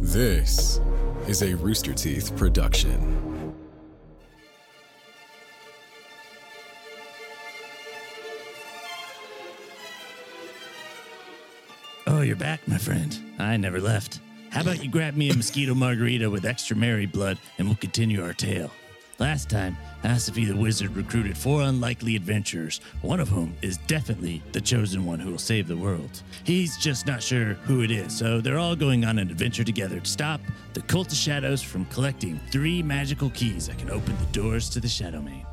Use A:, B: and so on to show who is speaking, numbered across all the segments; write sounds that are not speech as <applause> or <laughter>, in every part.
A: This is a Rooster Teeth production.
B: Oh, you're back, my friend. I never left. How about you grab me a mosquito margarita with extra Mary blood and we'll continue our tale? Last time, Asafy the Wizard recruited four unlikely adventurers, one of whom is definitely the chosen one who will save the world. He's just not sure who it is, so they're all going on an adventure together to stop the Cult of Shadows from collecting three magical keys that can open the doors to the Shadow Man.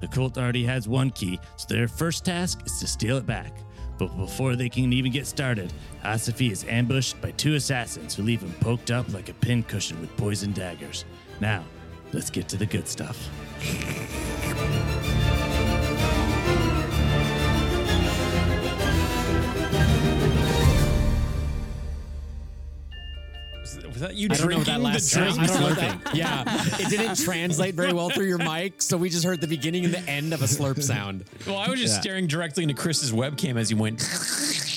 B: The cult already has one key, so their first task is to steal it back. But before they can even get started, Asafi is ambushed by two assassins who leave him poked up like a pincushion with poison daggers. Now, let's get to the good stuff.
C: Was that you
D: I don't know what that
C: drinking the
D: last sound. I
C: drink?
D: don't know what
C: <laughs>
D: that. Yeah, it didn't translate very well through your mic, so we just heard the beginning and the end of a slurp sound.
C: Well, I was just
D: Yeah.
C: staring directly into Chris's webcam as he went.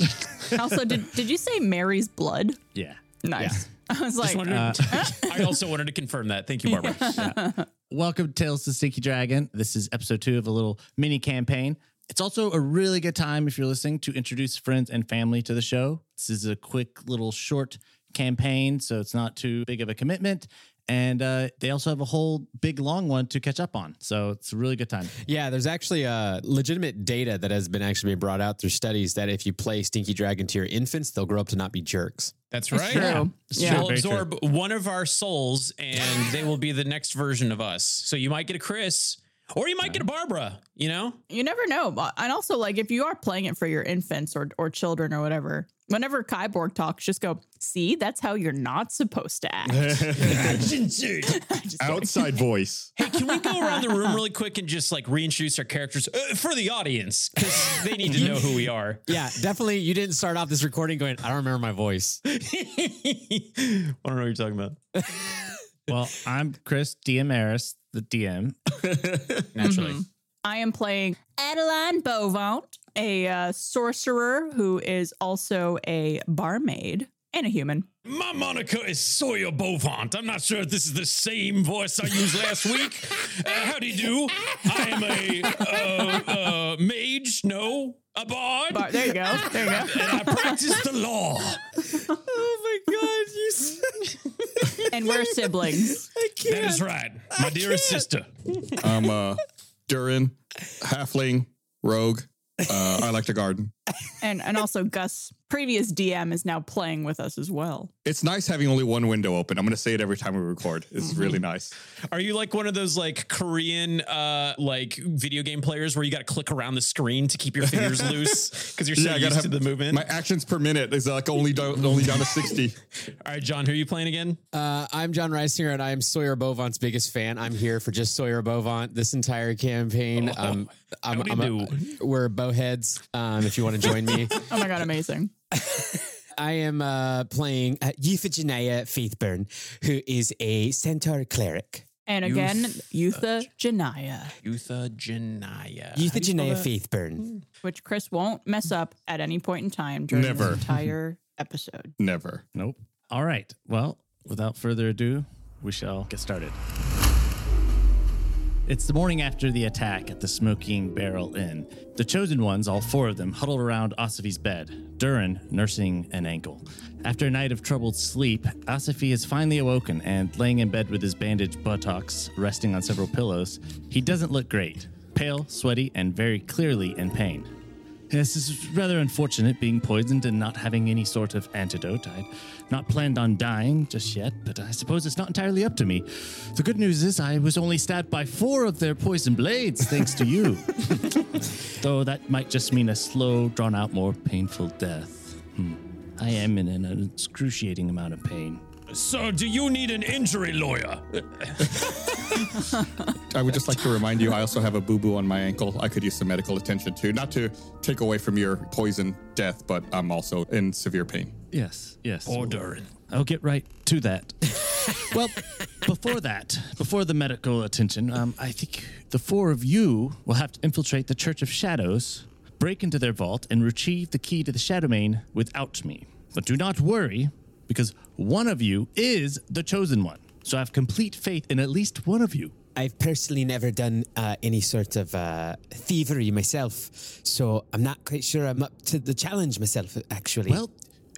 C: <laughs>
E: Also, did did you say Mary's blood?
B: Yeah.
E: Nice. I
C: Just
E: was like,
C: wanted
D: Uh,
C: to- I also wanted to confirm that. Thank you, Barbara.
B: <laughs> Welcome to Tales to Stinky Dragon. This is episode two of a little mini campaign. It's also a really good time if you're listening to introduce friends and family to the show. This is a quick little short campaign, so it's not too big of a commitment. And uh, they also have a whole big long one to catch up on. So it's a really good time.
D: Yeah, there's actually uh, legitimate data that has been actually been brought out through studies that if you play Stinky Dragon to your infants, they'll grow up to not be jerks.
C: That's right.
E: true. Yeah.
B: It's
E: Yeah.
B: true.
C: We'll
B: Very true.
C: absorb one of our souls, and they will be the next version of us. So you might get a Chris, or you might get a Barbara. You know,
E: you never know. But- And also, like, if you are playing it for your infants or or children or whatever, whenever Kyborg talks, just go. See, that's how you're not supposed to act.
C: <laughs>
F: outside voice.
C: hey, can we go around the room really quick and just like reintroduce our characters uh, for the audience because they need to know who we are.
D: Yeah, <laughs> definitely. You didn't start off this recording going, I don't remember my voice.
C: <laughs> I don't know what you're talking about.
B: Well, I'm Chris Diamaris, the DM.
C: Naturally,
E: I am playing Adeline Beauvant, a uh, sorcerer who is also a barmaid and a human.
C: my moniker is Sawyer Bovant. I'm not sure if this is the same voice I used last week. Uh, how do you do? I am a uh, uh, mage. No, a bard.
E: Bar- there you go. There you go.
C: and I practice the <laughs> law.
E: And we're siblings.
C: That is right, my dearest sister.
F: I'm uh Durin, halfling, rogue. Uh, I like to garden.
E: And and also Gus, previous DM, is now playing with us as well.
F: It's nice having only one window open. I'm gonna say it every time we record. It's really nice.
C: Are you like one of those like Korean uh like video game players where you got to click around the screen to keep your
F: <laughs>
C: fingers loose because you're so
F: I
C: used to the movement?
F: My actions per minute is like only down, only down to sixty.
C: All right, John, who are you playing again?
D: Uh, I'm John Reisinger, and I am Sawyer Bovant's biggest fan. I'm here for just Sawyer Bovant this entire campaign. Um, I'm,
C: howdy
D: I'm a- we're bowheads. Um, if you want to join me.
E: Oh my god, amazing.
D: I am uh, playing uh, Euphigenia Faithburn, who is a centaur cleric.
E: And
C: Youth-
E: again, Eutha Janaya,
C: Euthagenia.
D: Euphigenia Faithburn.
E: which Chris won't
G: Mm.
E: mess up at any point in time during
F: Never.
C: <laughs>
E: this entire episode. <laughs>
F: Never.
B: Nope. All right. Well, without further ado, we shall get started. It's the morning after the attack at the Smoking Barrel Inn. The chosen ones, all four of them, huddled around Asafi's bed, Durin nursing an ankle. After a night of troubled sleep, Asafi is finally awoken and laying in bed with his bandaged buttocks resting on several pillows. He doesn't look great, pale, sweaty, and very clearly in pain. Yes, this is rather unfortunate being poisoned and not having any sort of antidote. I'd not planned on dying just yet, but I suppose it's not entirely up to me. The good news is I was only stabbed by four of their poison blades, thanks to you. <laughs> Though that might just mean a slow, drawn out, more painful death. Hmm. I am in an excruciating amount of pain.
C: Sir, do you need an injury lawyer?
F: I would just like to remind you. I also have a boo boo on my ankle. I could use some medical attention too. Not to take away from your poison death, but I'm also in severe pain.
B: Yes, yes.
C: Or Durin.
B: I'll get right to that. <laughs> well, before that, before the medical attention, um, I think the four of you will have to infiltrate the Church of Shadows, break into their vault, and retrieve the key to the Shadow Main without me. But do not worry, because one of you is the chosen one. So I have complete faith in at least one of you.
H: I've personally never done uh, any sort of uh, thievery myself, so I'm not quite sure I'm up to the challenge myself, actually.
B: Well,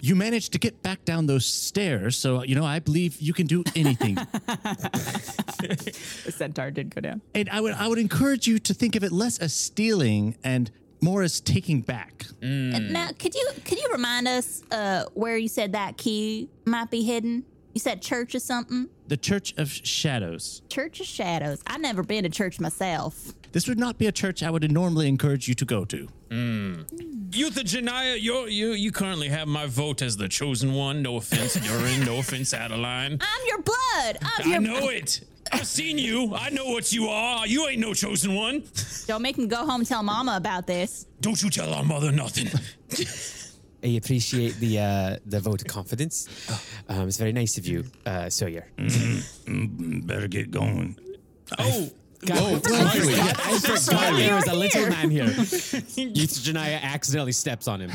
B: you managed to get back down those stairs, so you know I believe you can do <laughs> anything.
E: The centaur did go down.
B: and I would I would encourage you to think of it less as stealing and more as taking back.
C: Mm.
G: Now, could you could you remind us uh, where you said that key might be hidden? You said church or something.
B: The Church of Shadows.
G: Church of Shadows. I've never been to church myself.
B: This would not be a church I would normally encourage you to go to.
C: Euthagenia, you you you currently have my vote as the chosen one. No offense, Durin. No offense, Adeline.
G: I'm your blood. I'm
C: I
G: your.
C: know it. I've seen you. I know what you are. You ain't no chosen one.
G: Don't make him go home and tell mama about this.
C: Don't you tell our mother nothing.
H: I appreciate the uh, the vote of confidence. Um, it's very nice of you, uh, Sawyer.
B: Better get going.
C: Oh,
D: Oh, Riley. I forgot there was a little man here. Janaya accidentally steps on him.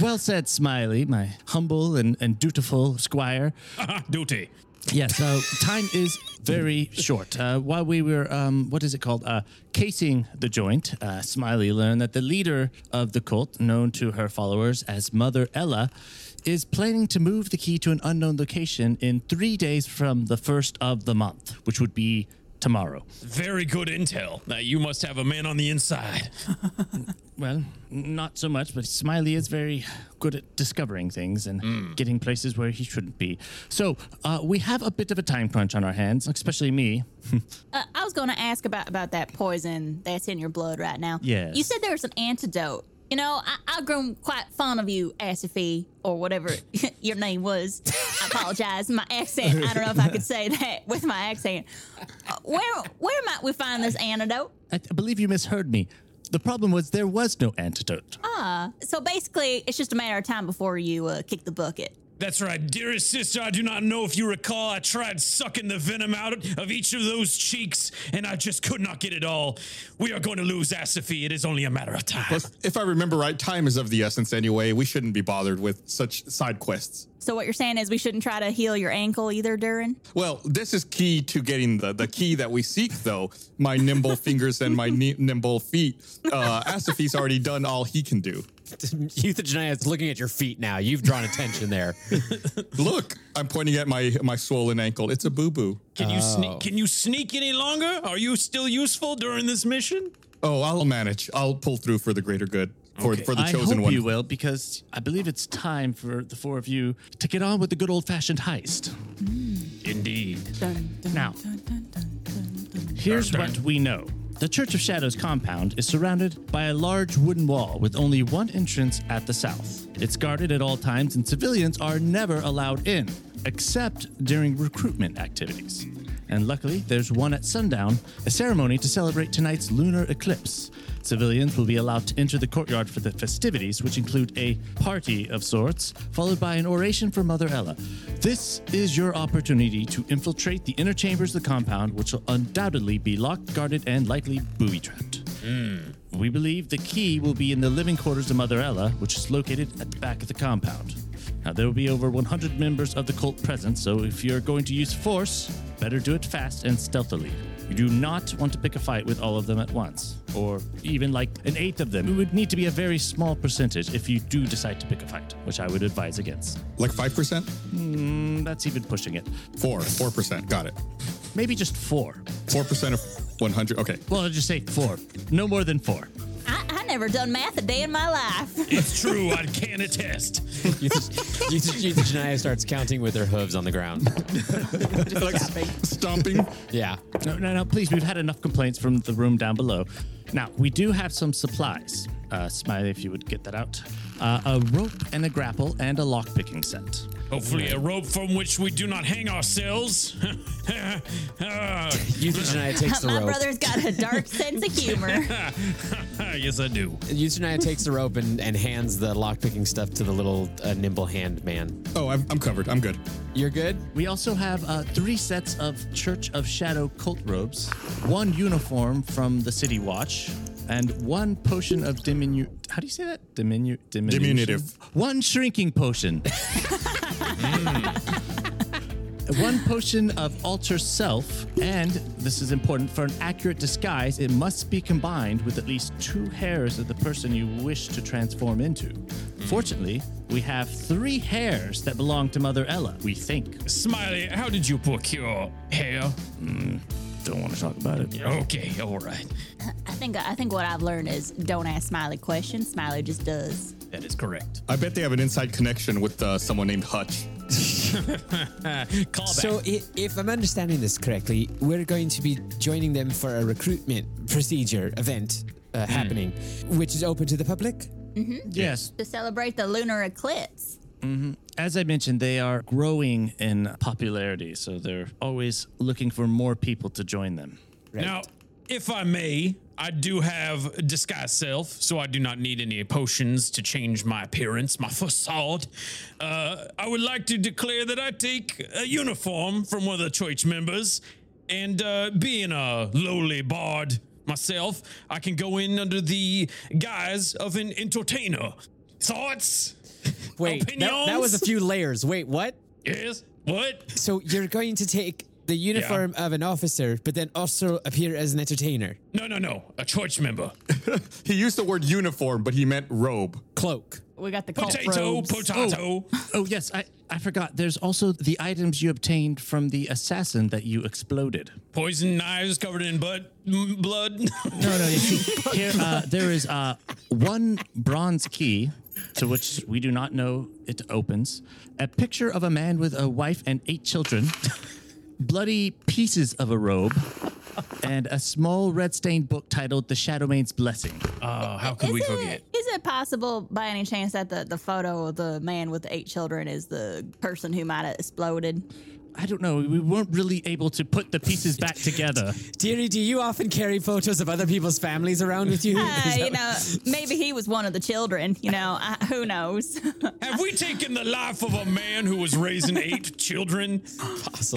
B: Well said, Smiley, my humble and, and dutiful squire.
C: <laughs> duty.
B: Yeah, so time is very short. Uh, while we were, um, what is it called? Uh, casing the joint, uh, Smiley learned that the leader of the cult, known to her followers as Mother Ella, is planning to move the key to an unknown location in three days from the first of the month, which would be tomorrow.
C: Very good intel. Now you must have a man on the inside.
B: Well, n- not so much, but Smiley is very good at discovering things and getting places where he shouldn't be. So uh, we have a bit of a time crunch on our hands, especially me.
G: Uh, I was going to ask about about that poison that's in your blood right now.
B: Yes.
G: You said there was an antidote. You know, I, I've grown quite fond of you, Asifi, or whatever <laughs> your name was. I apologize, my accent. I don't know if I could say that with my accent. Uh, where where might we find this antidote?
B: I, I believe you misheard me. The problem was there was no antidote.
G: So basically, it's just a matter of time before you uh, kick the bucket.
C: That's right, dearest sister. I do not know if you recall, I tried sucking the venom out of each of those cheeks, and I just could not get it all. We are going to lose Asifi. It is only a matter of time.
F: Plus, if I remember right, time is of the essence anyway. We shouldn't be bothered with such side quests.
G: So what you're saying is we shouldn't try to heal your ankle either, Durin?
F: Well, this is key to getting the, the key that we seek, though. My nimble fingers and my ni- nimble feet. Uh, Asafi's already done all he can do.
D: Youth of Janaya is looking at your feet now. You've drawn attention there.
F: Look, I'm pointing at my, my swollen ankle. It's a boo boo.
C: Can you sneak? Can you sneak any longer? Are you still useful during this mission?
F: Oh, I'll manage. I'll pull through for the greater good. For, for the
B: I
F: chosen
B: hope
F: one.
B: you will, because I believe it's time for the four of you to get on with the good old fashioned heist.
C: Indeed.
B: Now, here's what we know. The Church of Shadows compound is surrounded by a large wooden wall with only one entrance at the south. It's guarded at all times, and civilians are never allowed in, except during recruitment activities. And luckily, there's one at sundown, a ceremony to celebrate tonight's lunar eclipse. Civilians will be allowed to enter the courtyard for the festivities, which include a party of sorts, followed by an oration for Mother Ella. This is your opportunity to infiltrate the inner chambers of the compound, which will undoubtedly be locked, guarded, and likely booby trapped. We believe the key will be in the living quarters of Mother Ella, which is located at the back of the compound. Now, there will be over 100 members of the cult present, so if you're going to use force, better do it fast and stealthily. You do not want to pick a fight with all of them at once, or even like an eighth of them. It would need to be a very small percentage if you do decide to pick a fight, which I would advise against.
F: Like 5%?
B: Mm, that's even pushing it.
F: 4. 4%. Got it.
B: Maybe just four.
F: 4% of 100. Okay.
B: Well, I'll just say four. No more than four.
G: I, I never done math a day in my life.
C: It's true. I can attest.
D: Youth of, Youth of- Youth of Janaya starts counting with her hooves on the ground.
F: Like stomping.
D: Yeah.
B: No, no, no, please. We've had enough complaints from the room down below. Now, we do have some supplies. Uh, Smiley, if you would get that out. Uh, a rope and a grapple and a lock picking set.
C: Hopefully, a rope from which we do not hang ourselves. <laughs> Ah,
D: Youth of Janaya takes
E: <laughs>
D: the
G: <laughs> my
D: rope.
G: brother's got a
D: <laughs>
G: dark sense of humor.
C: yes, I do.
D: Youth of Janaya takes the rope and, and hands the lockpicking stuff to the little uh, nimble hand man.
F: Oh, I'm, I'm covered. I'm good.
D: You're good?
B: We also have uh, three sets of Church of Shadow cult robes, one uniform from the City Watch, and one potion of diminu. How do you say that? Diminu- diminution?
F: Diminutive.
B: One shrinking potion. Mm. One potion of alter self, and this is important for an accurate disguise, it must be combined with at least two hairs of the person you wish to transform into. Fortunately, we have three hairs that belong to Mother Ella, we think.
C: Smiley, how did you procure hair?
B: Don't want to talk about it.
C: Okay, all right.
G: I think I think what I've learned is don't ask Smiley questions. Smiley just does.
B: That is correct.
F: I bet they have an inside connection with uh, someone named Hutch.
C: Call back.
H: So, i- if I'm understanding this correctly, we're going to be joining them for a recruitment procedure event uh, happening, which is open to the public.
B: Yes,
G: To celebrate the lunar eclipse.
B: as I mentioned, they are growing in popularity, so they're always looking for more people to join them.
C: Now, if I may, I do have disguise self, so I do not need any potions to change my appearance, my facade. Uh, I would like to declare that I take a uniform from one of the church members, and uh, being a lowly bard myself, I can go in under the guise of an entertainer. Thoughts?
D: Wait, that, that was a few layers. Wait, what?
C: Yes. What?
H: So, you're going to take the uniform of an officer, but then also appear as an entertainer.
C: No, no, no. A church member.
F: He used the word uniform, but he meant robe.
H: Cloak.
E: We got the cult
C: Potato,
E: robes.
C: potato.
B: Oh, yes, I, I forgot. There's also the items you obtained from the assassin that you exploded.
C: Poison knives covered in blood. m- blood.
B: No, no, you see, here, uh, there is uh, one bronze key to which we do not know it opens, a picture of a man with a wife and eight children, bloody pieces of a robe, and a small red stained book titled The Shadow Maid's Blessing.
C: <laughs> Oh, how could
G: is
C: we
G: it,
C: forget?
G: is it possible by any chance that the, the photo of the man with the eight children is the person who might have
C: <laughs>
G: exploded?
B: I don't know. We weren't really able to put the pieces back together.
H: Deary, do you often carry photos of other people's families around with you?
G: Uh,
H: <laughs>
G: you know, maybe he was one of the children. You know, I, who knows?
C: Have we taken the life of a man who was raising
G: <laughs>
C: eight children?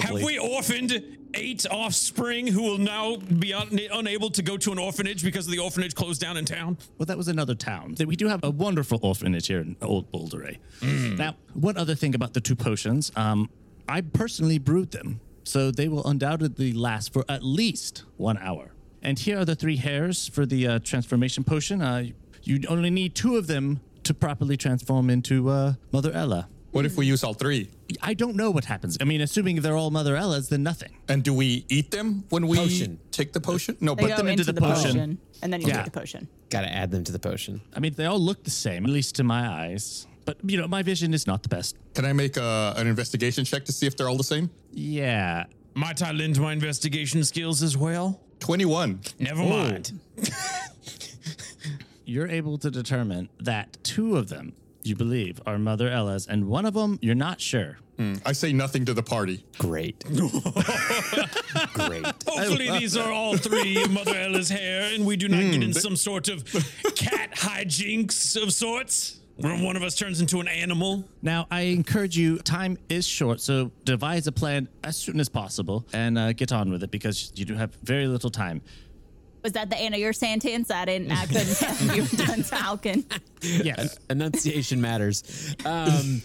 C: Have we orphaned eight offspring who will now be un- unable to go to an orphanage because the orphanage closed down in town?
B: Well, that was another town. That We do have a wonderful orphanage here in Old Boulderay. Now, one other thing about the two potions. Um, I personally brewed them, so they will undoubtedly last for at least one hour. And here are the three hairs for the uh, transformation potion. Uh, you only need two of them to properly transform into uh, Mother Ella.
F: What if we use all three?
B: I don't know what happens. I mean, assuming they're all Mother Ellas, then nothing.
F: And do we eat them when we
H: Potion.
F: take the potion? No,
E: They
F: but
E: go
B: them into the potion.
E: and then you
B: Yeah.
E: take the potion.
D: Gotta add them to the potion.
B: I mean, they all look the same, at least to my eyes. But, you know, my vision is not the best.
F: can I make uh an investigation check to see if they're all the same?
B: Yeah.
C: Might I lend my investigation skills as well?
F: 21.
C: Never mind.
B: you're able to determine that two of them you believe are Mother Ella's, and one of them you're not sure.
F: I say nothing to the party.
D: Great. Great.
C: Hopefully, these are all <laughs> three Mother Ella's hair, and we do not get in some sort of cat hijinks of sorts, where one of us turns into an animal.
B: Now, I encourage you, time is short, so devise a plan as soon as possible and uh, get on with it because you do have very little time.
G: Was that the end of your sentence? I didn't. I couldn't
C: <laughs>
G: tell you <laughs> were done talking.
B: Yes.
D: Enunciation matters.
H: Um,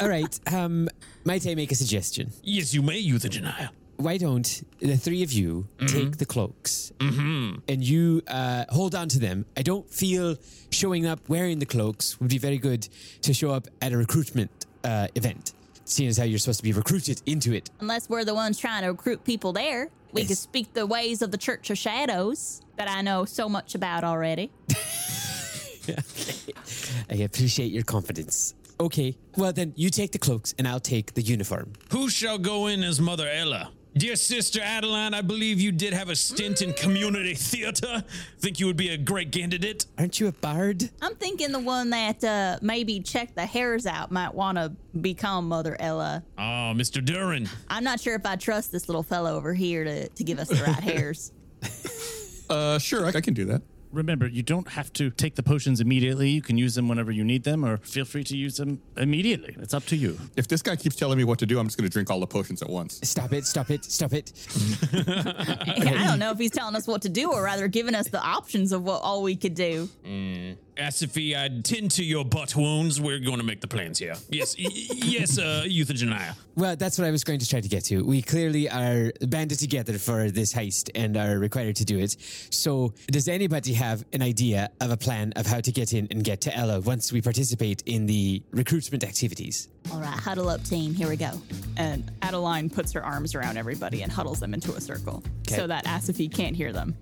H: all right. Um, might I make a suggestion?
C: Yes, you may, you the denier.
H: why don't the three of you take the cloaks and you uh, hold on to them? I don't feel showing up wearing the cloaks would be very good to show up at a recruitment uh, event, seeing as how you're supposed to be recruited into it.
G: Unless we're the ones trying to recruit people there, we could
H: Yes.
G: speak the ways of the Church of Shadows that I know so much about already.
H: I appreciate your confidence. Okay, well then you take the cloaks and I'll take the uniform.
C: Who shall go in as Mother Ella? Dear Sister Adeline, I believe you did have a stint in community theater. Think you would be a great candidate?
H: Aren't you a bard?
G: I'm thinking the one that uh, maybe check the hairs out might want to become Mother Ella.
C: Oh, Mr. Duran.
G: I'm not sure if I trust this little fellow over here to, to give us the right hairs.
F: Uh, sure, I, I can do that.
B: Remember, you don't have to take the potions immediately. You can use them whenever you need them, or feel free to use them immediately. It's up to you.
F: If this guy keeps telling me what to do, I'm just going to drink all the potions at once.
H: Stop it, stop it, stop it.
G: I don't know if he's telling us what to do or rather giving us the options of what all we could do.
C: Asifi, I tend to your butt wounds. We're going to make the plans here. Yes, y- y- yes, uh, Euthogenia.
H: Well, that's what I was going to try to get to. We clearly are banded together for this heist and are required to do it. So, does anybody have an idea of a plan of how to get in and get to Ella once we participate in the recruitment activities?
G: All right, huddle up, team. Here we go.
E: And Adeline puts her arms around everybody and huddles them into a circle so that Asifi can't hear them.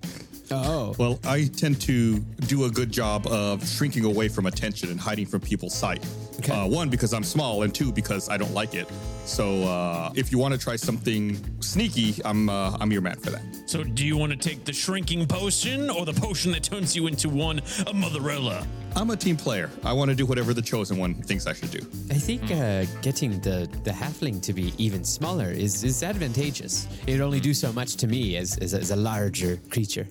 H: Oh,
F: Well, I tend to do a good job of shrinking away from attention and hiding from people's sight.
H: Okay.
F: Uh, one, because I'm small, and two, because I don't like it. So uh, if you want to try something sneaky, I'm uh, I'm your man for that.
C: So, do you want to take the shrinking potion or the potion that turns you into one, a motherella?
F: I'm a team player. I want to do whatever the chosen one thinks I should do.
H: I think uh, getting the, the halfling to be even smaller is, is advantageous. It'd only do so much to me as, as, as a larger creature.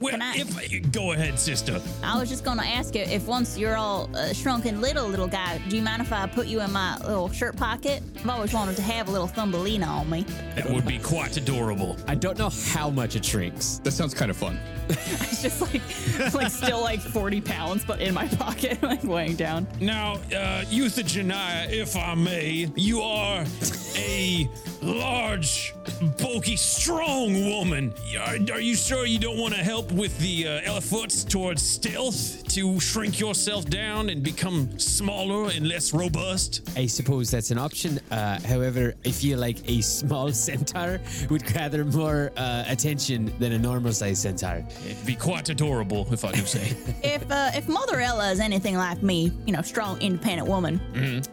C: Well,
G: Can I-
C: if go ahead, sister.
G: I was just gonna ask you if once you're all uh, shrunk and little, little guy, do you mind if I put you in my little shirt pocket? I've always wanted to have a little Thumbelina on me. <laughs>
C: That would be quite adorable.
H: I don't know how much it shrinks.
F: That sounds kind of fun.
E: It's just like, like still like 40 pounds, but in my
G: <laughs>
E: pocket, like weighing down.
C: Now, uh, Euthogenia, if I may, you are a large, bulky, strong woman. Are, are you sure you don't want to help with the uh, efforts towards stealth to shrink yourself down and become smaller and less robust?
H: I suppose that's an option. Uh, however, I feel like a small <laughs> centaur would gather more uh, attention than a normal sized centaur.
C: It'd be quite adorable, if I do say.
G: If uh, if Motherella is anything like me, you know, strong, independent woman,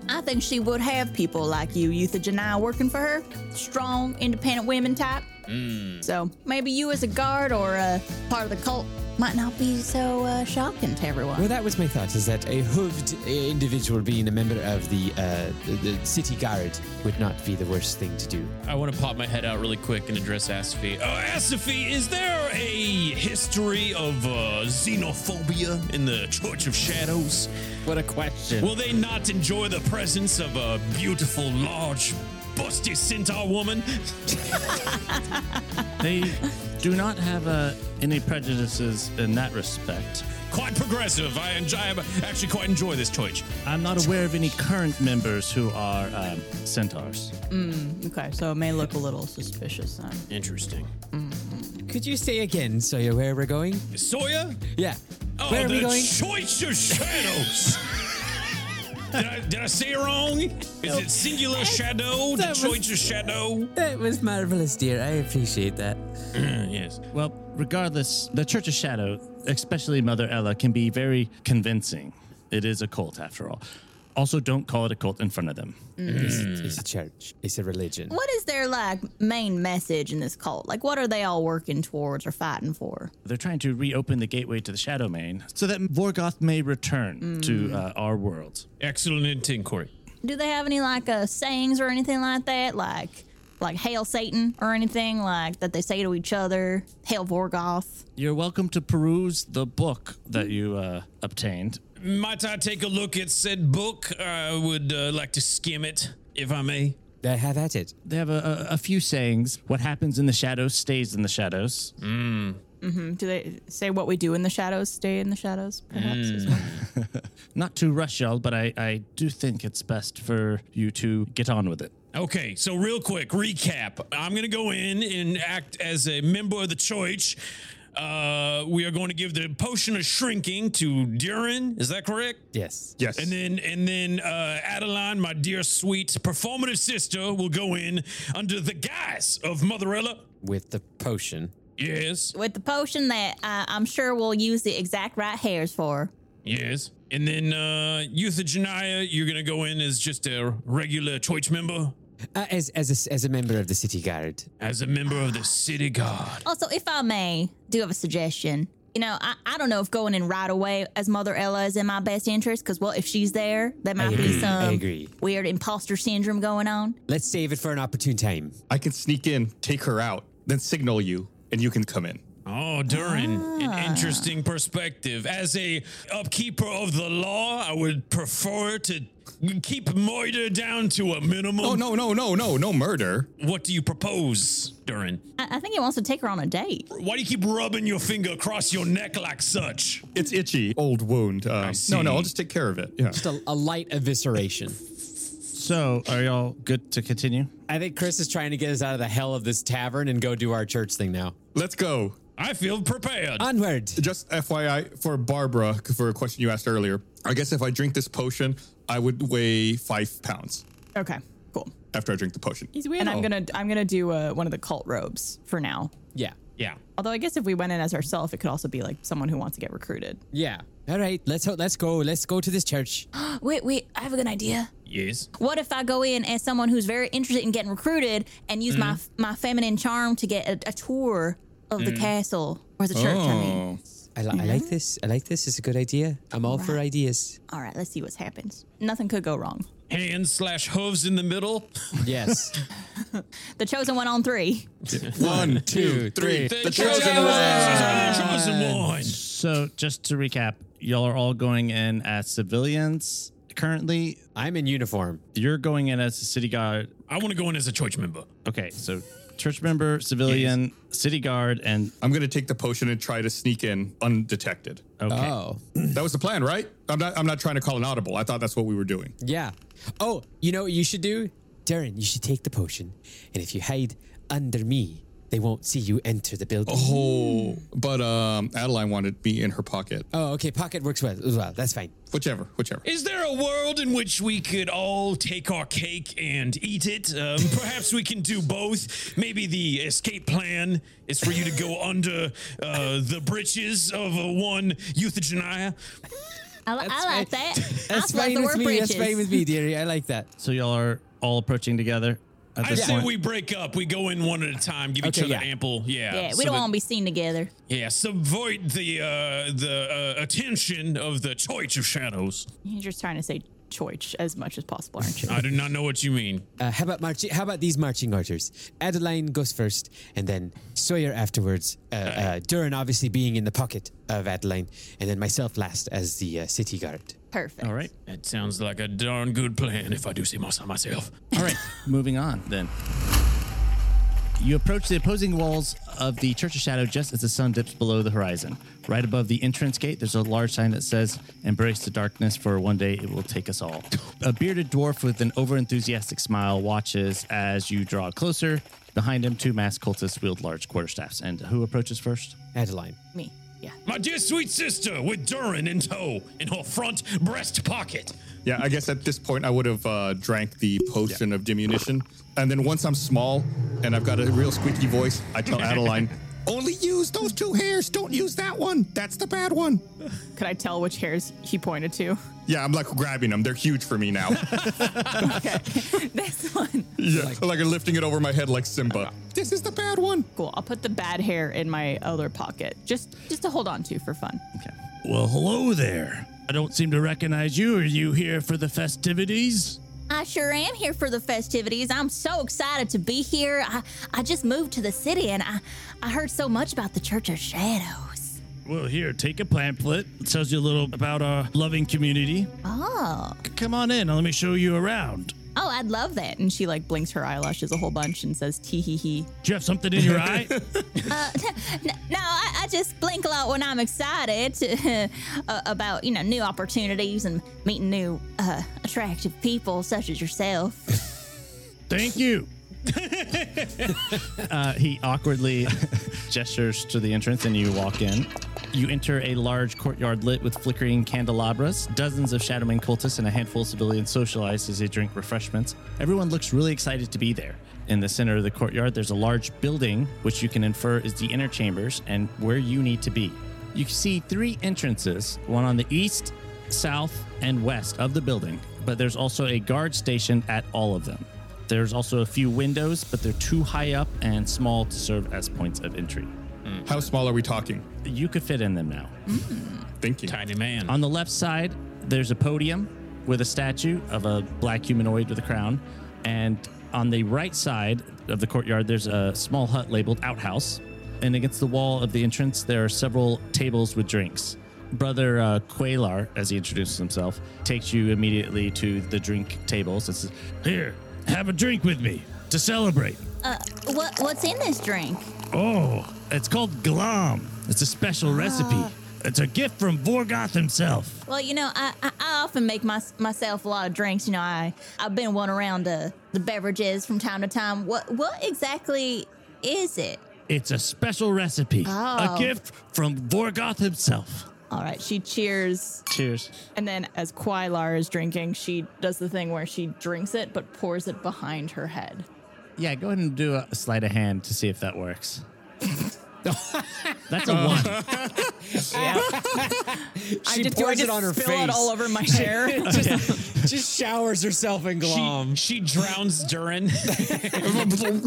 G: I think she would have people like you, Euthogenia, working for her. Strong, independent women type. So maybe you as a guard or a part of the cult might not be so uh, shocking to everyone.
H: Well, that was my thought: is that a hooved uh, individual being a member of the uh, the the city guard would not be the worst thing to do.
C: I want to pop my head out really quick and address Asafi. Uh, Asafi, is there a history of uh, xenophobia in the Church of Shadows?
H: What a question!
C: Will they not enjoy the presence of a beautiful, large, busty centaur woman?
B: They do not have uh, any prejudices in that respect.
C: Quite progressive. I, enjoy, I actually quite enjoy this church.
B: I'm not aware of any current members who are um, centaurs.
E: Okay, so it may look a little suspicious then.
C: Interesting.
H: Could you say again, Sawyer, where we're going?
C: Sawyer?
H: Yeah.
C: Oh,
H: where are
C: the
H: we going?
C: Church of
H: <laughs>
C: Shadows. did, I, did I say it wrong? Is it singular shadow? The
H: that was-
C: Church of Shadow?
H: that was marvelous, dear. I appreciate that.
C: Hmm. Yes.
B: Well, regardless, the Church of Shadow, especially Mother Ella, can be very convincing. It is a cult, after all. Also, don't call it a cult in front of them.
H: It's, it's a church. It's a religion.
G: what is their like main message in this cult? Like, what are they all working towards or fighting for?
B: They're trying to reopen the gateway to the Shadow Main so that Vorgoth may return to uh, our world.
C: Excellent inquiry.
G: Do they have any like uh, sayings or anything like that? Like, like hail Satan or anything like that they say to each other? Hail Vorgoth.
B: You're welcome to peruse the book that you uh, obtained.
C: Might I take a look at said book? I would uh, like to skim it, if I may.
H: They have at it.
B: They have a, a, a few sayings. What happens in the shadows stays in the shadows.
E: Um, Do they say what we do in the shadows, stay in the shadows, perhaps?
G: Hmm.
E: as well?
B: Not to rush y'all, but I, I do think it's best for you to get on with it.
C: Okay, so real quick recap. I'm going to go in and act as a member of the church. Uh, we are going to give the potion of shrinking to Durin. Is that correct?
H: Yes.
F: Yes.
C: And then, and then uh, Adeline, my dear sweet performative sister, will go in under the guise of Motherella.
H: With the potion.
C: Yes,
G: With the potion that uh, I'm sure we'll use the exact right hairs for.
C: yes. And then uh, Euthogenia, you're going to go in as just a regular church member.
H: Uh, as as a, as a member of the city guard.
C: as a member of the city guard.
G: Also, if I may, do have a suggestion. You know, I, I don't know if going in right away as Mother Ella is in my best interest, because what if she's there? That might be
H: agree, I
G: some
H: agree.
G: weird imposter syndrome going on.
H: Let's save it for an opportune time.
F: I can sneak in, take her out, then signal you, and you can come in.
C: Oh, Oh, Durin, an interesting perspective. As a upkeeper of the law, I would prefer to keep murder down to a minimum.
F: Oh, no, no, no, no, no murder.
C: What do you propose, Durin?
G: I, I think he wants to take her on a date.
C: Why do you keep rubbing your finger across your neck like such?
F: It's itchy, old wound. Uh,
C: see.
F: no, no, I'll just take care of it. Yeah.
D: Just a, a light
F: <laughs>
D: evisceration.
B: So, are y'all good to continue?
D: I think Chris is trying to get us out of the hell of this tavern and go do our church thing now.
F: Let's go.
C: I feel prepared.
D: Onward.
F: Just FYI for Barbara, for a question you asked earlier. I guess if I drink this potion, I would weigh five pounds
E: Okay, cool.
F: after I drink the potion.
E: He's weird. And I'm gonna I'm gonna do uh, one of the cult robes for now.
D: Yeah.
C: yeah.
E: Although I guess if we went in as ourselves, it could also be like someone who wants to get recruited.
D: Yeah. All right. Let's ho- let's go. Let's go to this church.
G: Wait, wait, I have a good idea.
C: Yes.
G: What if I go in as someone who's very interested in getting recruited and use my
D: Mm-hmm.
G: my feminine charm to get a, a tour of
D: Mm.
G: the castle or the church? I mean,
H: I, li- I like this. I like this. It's a good idea. I'm all for ideas.
D: Oh.
G: all right, let's see what happens. Nothing could go wrong.
C: Hands slash hooves in the middle.
D: Yes.
G: The chosen one on three.
F: <laughs> One, two, three.
C: The chosen one. Chosen
B: So, just to recap, y'all are all going in as civilians currently.
D: I'm in uniform.
B: You're going in as a city guard.
C: one. I want to go in as a church member.
B: Okay, so church member, civilian, city guard, and
F: I'm going to take the potion and try to sneak in undetected.
B: okay.
D: Oh.
F: That was the plan, right? I'm not I'm not trying to call an audible. I thought that's what we were doing.
D: Yeah. Oh, you know what you should do?
H: Darren, you should take the potion, and if you hide under me, they won't see you enter the building.
F: Oh, but um Adeline wanted me in her pocket.
D: Oh, okay. Pocket works well as well. That's fine.
F: Whichever, whichever.
C: Is there a world in which we could all take our cake and eat it? Um, <laughs> perhaps we can do both. Maybe the escape plan is for you to <laughs> go under uh, the britches of uh, one Euthygenia.
G: I, li- I like that.
D: <laughs> That's
G: I like
D: fine
G: the
D: with
G: word
D: me.
G: bridges.
D: That's fine with me, dearie. I like like that.
B: So, y'all are all approaching together at
C: I
B: this
C: say
B: point.
C: we break up. We go in one at a time. Give each
D: Okay,
C: other
D: yeah.
C: ample. Yeah.
G: Yeah, we
C: so
G: don't
C: that-
G: want to be seen together.
C: Yeah, subvert the uh, the uh, attention of the Church of Shadows.
E: You're just trying to say choich as much as possible,
D: <laughs>
E: aren't you?
C: I do not know what you mean.
D: Uh, how about march- How about these marching orders? Adeline goes first, and then Sawyer afterwards. Uh, uh, Durin obviously being in the pocket of Adeline, and then myself last as the uh, city guard.
G: Perfect.
B: all right.
C: That sounds like a darn good plan if I do say most myself.
B: All right, moving on then. You approach the opposing walls of the Church of Shadow just as the sun dips below the horizon. Right above the entrance gate, there's a large sign that says, Embrace the darkness, for one day it will take us all. A bearded dwarf with an overenthusiastic smile watches as you draw closer. Behind him, two masked cultists wield large quarterstaffs. And who approaches first?
D: Adeline.
G: Me. Yeah.
C: My dear sweet sister, with Durin in tow, in her front breast pocket.
F: Yeah, I guess at this point I would have uh, drank the potion of diminution. And then once I'm small and I've got a real squeaky voice, I tell Adeline, only use those two hairs. Don't use that one. That's the bad one.
E: Could I tell which hairs he pointed
G: <laughs>
E: to?
F: Yeah, I'm like grabbing them. They're huge for me now.
G: <laughs>
E: Okay, this one.
F: yeah, like, I'm lifting it over my head like Simba. This is the bad one.
E: Cool. I'll put the bad hair in my other pocket, just just to hold on to for fun.
B: Well, hello there. I don't seem to recognize you. Are you here for the festivities?
G: I sure am here for the festivities. I'm so excited to be here. I, I just moved to the city and I, I heard so much about the Church of Shadows.
B: Well, here, take a pamphlet. It tells you a little about our loving community.
G: Oh.
B: Come on in. Let me show you around.
G: Oh, I'd love that.
E: And she like blinks her eyelashes a whole bunch and says tee hee hee.
B: Do you have something in <laughs> your eye?
G: N- No, I, I just blink a lot when I'm excited <laughs> uh, about, you know, new opportunities and meeting new uh, attractive people such as yourself.
B: Thank you. uh, he awkwardly gestures to the entrance, and you walk in. You enter a large courtyard lit with flickering candelabras. Dozens of Shadowman cultists and a handful of civilians socialize as they drink refreshments. Everyone looks really excited to be there. In the center of the courtyard, there's a large building, which you can infer is the inner chambers and where you need to be. You can see three entrances one on the east, south, and west of the building, but there's also a guard stationed at all of them. There's also a few windows, but they're too high up and small to serve as points of entry.
F: How small are we talking?
B: You could fit in them now.
F: Thinking. <laughs>
C: Tiny man.
B: On the left side, there's a podium with a statue of a black humanoid with a crown. And on the right side of the courtyard, there's a small hut labeled outhouse. and against the wall of the entrance, there are several tables with drinks. Brother uh, Quaylar, as he introduces himself, takes you immediately to the drink tables and says, Here, have a drink with me to celebrate.
G: Uh, what what's in this drink?
B: Oh, it's called Glom. It's a special recipe. It's a gift from Vorgoth himself.
G: Well, you know, I, I, I often make my, myself a lot of drinks. You know, I I've been one around the the beverages from time to time. What what exactly is it?
B: It's a special recipe.
G: Oh.
B: A gift from Vorgoth himself.
E: All right, she cheers.
B: Cheers.
E: And then as Quilar is drinking, she does the thing where she drinks it but pours it behind her head.
B: Yeah, go ahead and do a sleight of hand to see if that works. That's a one.
E: I just,
H: pours
E: do I
H: it
E: just
H: on her
E: spill it
H: face.
E: all over my
H: <laughs>
E: hair.
H: <laughs> Just showers herself in
D: <laughs>
H: glom.
C: She, she drowns Durin.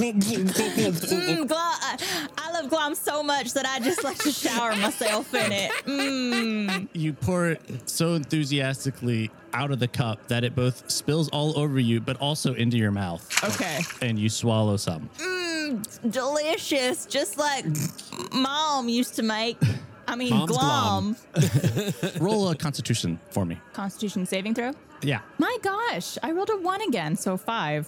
G: Mm, Glom, I, I love Glom so much that I just like to shower myself in <laughs> it.
B: <laughs>
G: Mm,
B: You pour it so enthusiastically out of the cup that it both spills all over you, but also into your mouth,
E: okay.
B: and you swallow some.
G: Mm, delicious, just like Mom used to make. I mean,
H: Mom's
G: Glom.
B: Roll a Constitution for me.
E: Constitution saving throw.
B: Yeah.
E: My gosh, I rolled a one again, so
H: <sighs>
E: five.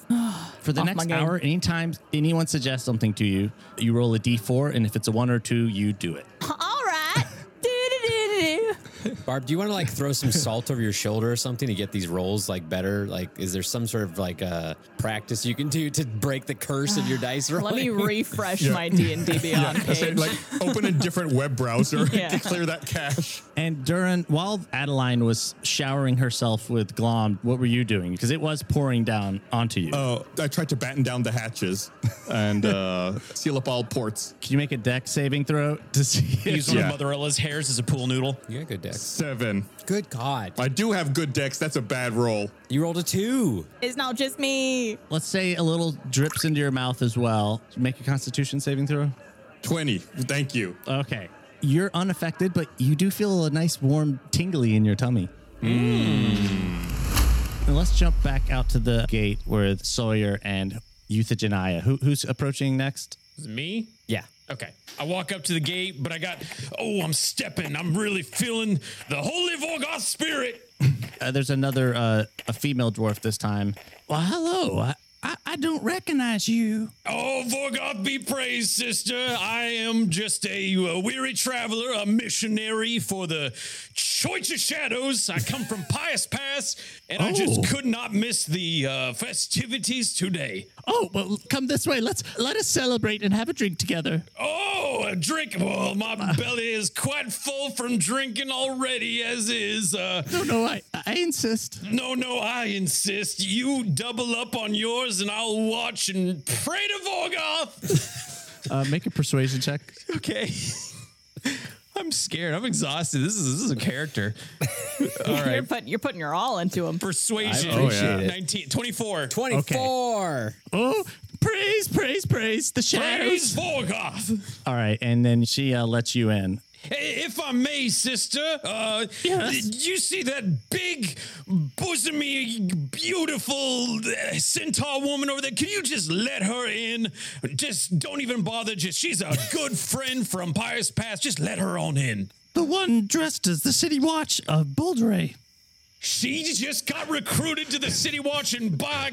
B: For the
E: Off my
B: next
E: game.
B: hour, anytime anyone suggests something to you, you roll a d4, and if it's a one or two, you do it.
G: All
H: <laughs>
G: right. Do-do-do-do-do.
H: Barb, do you want to like throw some salt over your shoulder or something to get these rolls like better? Like, is there some sort of like uh, practice you can do to break the curse of your dice roll?
E: Let me refresh my D
H: <laughs>
E: and D Beyond
F: That's it,
E: page.
F: like open a different web browser
E: Yeah.
F: to <laughs> clear that cache.
B: And Durin, while Adeline was showering herself with glom, what were you doing? Because it was pouring down onto you.
F: Oh, I tried to batten down the hatches <laughs> and uh, seal up all ports.
B: Can you make a deck saving throw to see?
C: <laughs>
B: If
C: Use one
B: you-
F: Yeah.
C: of Motherella's hairs as a pool noodle.
H: You got good dex.
F: Seven.
H: Good God.
F: I do have good decks. That's a bad roll.
H: You rolled a two.
E: It's not just me.
B: Let's say a little drips into your mouth as well. Make a Constitution saving throw.
F: 20. Thank you.
B: Okay. You're unaffected, but you do feel a nice warm tingly in your tummy. And let's jump back out to the gate with Sawyer and Euthygenia. Who, who's approaching next?
C: Is it me?
H: Yeah.
C: Okay. I walk up to the gate, but I got, oh, I'm stepping. I'm really feeling the holy Volgoth spirit.
B: Uh, there's another, uh, a female dwarf this time. Well, hello. I, I, I don't recognize you.
C: Oh, Vorgoth be praised, sister. I am just a, uh weary traveler, a missionary for the Choicha Shadows. I come from Pious Pass, and I just
B: Oh.
C: could not miss the uh, festivities today.
B: Oh, well, come this way. Let's let us celebrate and have a drink together.
C: Oh, a drink. Well, my belly is quite full from drinking already, as is. Uh,
B: No, Oh, no, I, I insist.
C: no, no, I insist. You double up on yours, and I'll watch and pray to Vorgoth.
B: Uh, make a persuasion check.
I: Okay. <laughs> I'm scared. I'm exhausted. This is this is a
C: <laughs>
I: character. All
E: You're
I: right. Oh,
E: putting you're putting your all into him.
C: Persuasion.
F: appreciate it.
C: 19, 24.
H: 24.
B: Oh, praise, praise, praise the
C: Praise Volgoth.
B: All right, and then she uh, lets you in.
C: If I may, sister, uh,
B: Yes.
C: did you see that big, bosomy, beautiful uh, centaur woman over there? Can you just let her in? Just don't even bother. Just she's a good friend from Pious Pass. Just let her on in.
B: The one dressed as the city watch of Boldray.
C: She just got recruited to the City Watch, and by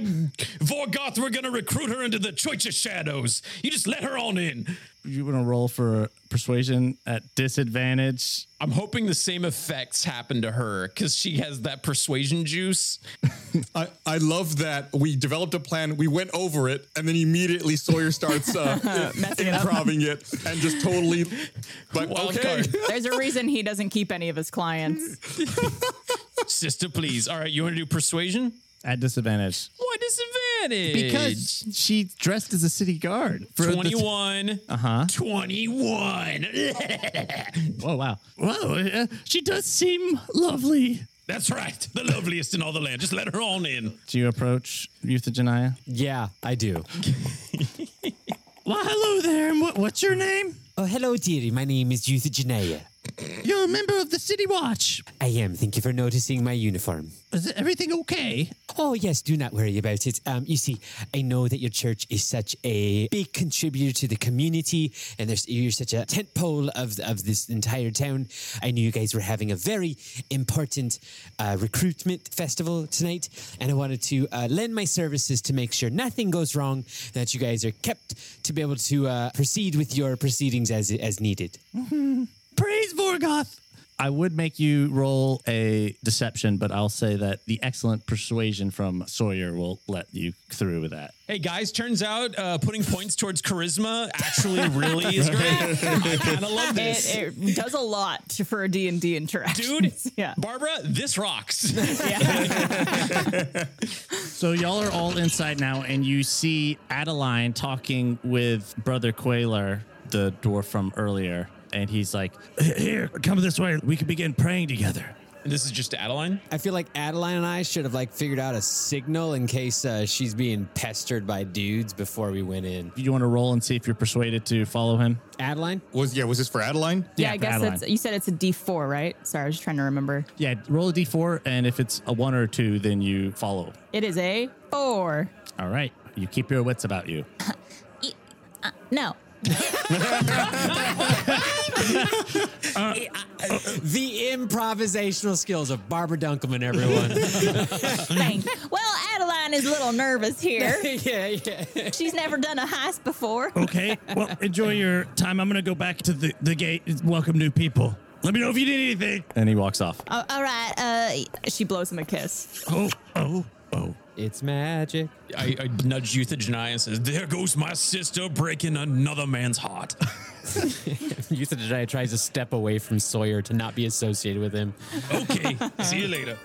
C: Vorgoth, we're gonna recruit her into the Choice of Shadows. You just let her on in.
B: You want to roll for persuasion at disadvantage?
I: I'm hoping the same effects happen to her because she has that persuasion juice.
F: I, I love that we developed a plan, we went over it, and then immediately Sawyer starts uh, improving it and just totally like,
I: Wild
F: okay.
I: card.
E: There's a reason he doesn't keep any of his clients.
I: Sister, please. All right, you want to do persuasion?
B: At disadvantage.
I: Why disadvantage?
B: Because she dressed as a city guard. For the-
I: 21.
C: Huh? 21.
B: oh, wow. Wow, uh, she does seem lovely.
C: <laughs> That's right. The loveliest in all the land. Just let her on in.
B: Do you approach Euthygenia?
H: Yeah, I do.
B: Well, hello there. And what, what's your name?
H: Oh, hello, dearie. My name is Euthygenia.
J: You're a member of the City Watch.
D: I am. Thank you for noticing my uniform.
J: Is everything okay?
D: Oh, yes, do not worry about it. Um, you see, I know that your church is such a big contributor to the community, and there's, you're such a tent pole of, of this entire town. I knew you guys were having a very important uh, recruitment festival tonight, and I wanted to uh, lend my services to make sure nothing goes wrong, that you guys are kept to be able to uh, proceed with your proceedings as, as needed.
J: Praise Vorgoth.
B: I would make you roll a deception, but I'll say that the excellent persuasion from Sawyer will let you through with that.
C: Hey guys, turns out uh, putting points towards charisma <laughs> actually really is great. I kind of love this.
E: It, it does a lot for a D&D interaction.
C: Dude,
E: <laughs> yeah.
C: Barbara, this rocks.
B: So y'all are all inside now, and you see Adeline talking with Brother Quailer, the dwarf from earlier, and he's like, "Here, come this way. We can begin praying together."
C: And this is just Adeline.
H: I feel like Adeline and I should have like figured out a signal in case uh, she's being pestered by dudes before we went in.
B: You want to roll and see if you're persuaded to follow him?
H: Adeline,
F: <laughs> Was yeah, was this for Adeline?
E: Yeah,
B: Yeah,
E: I
B: for
E: guess that's
B: Adeline.
E: you said it's a D4, right? Sorry, I was just trying to remember.
B: Yeah, roll a d4, and if it's a one or a two, then you follow.
E: It is a four.
B: All right, you keep your wits about you.
G: Y- uh, no.
H: the improvisational skills of Barbara Dunkelman, everyone.
G: Thanks. Well, Adeline is a little
H: <laughs>
G: nervous here.
H: <laughs> yeah, yeah.
G: She's never done a heist before.
J: Okay. well, enjoy your time. I'm gonna go back to the, the gate. and Welcome new people. Let me know if you need anything.
B: And he walks off.
G: Oh, all right. Uh,
E: She blows him a kiss.
J: Oh, oh, oh.
H: It's <laughs> magic.
C: I, I nudged Euthagenia and says, There goes my sister breaking another man's heart.
H: Youth of the Jedi tries to step away from Sawyer to not be associated with him.
E: <laughs>
C: okay, see you later.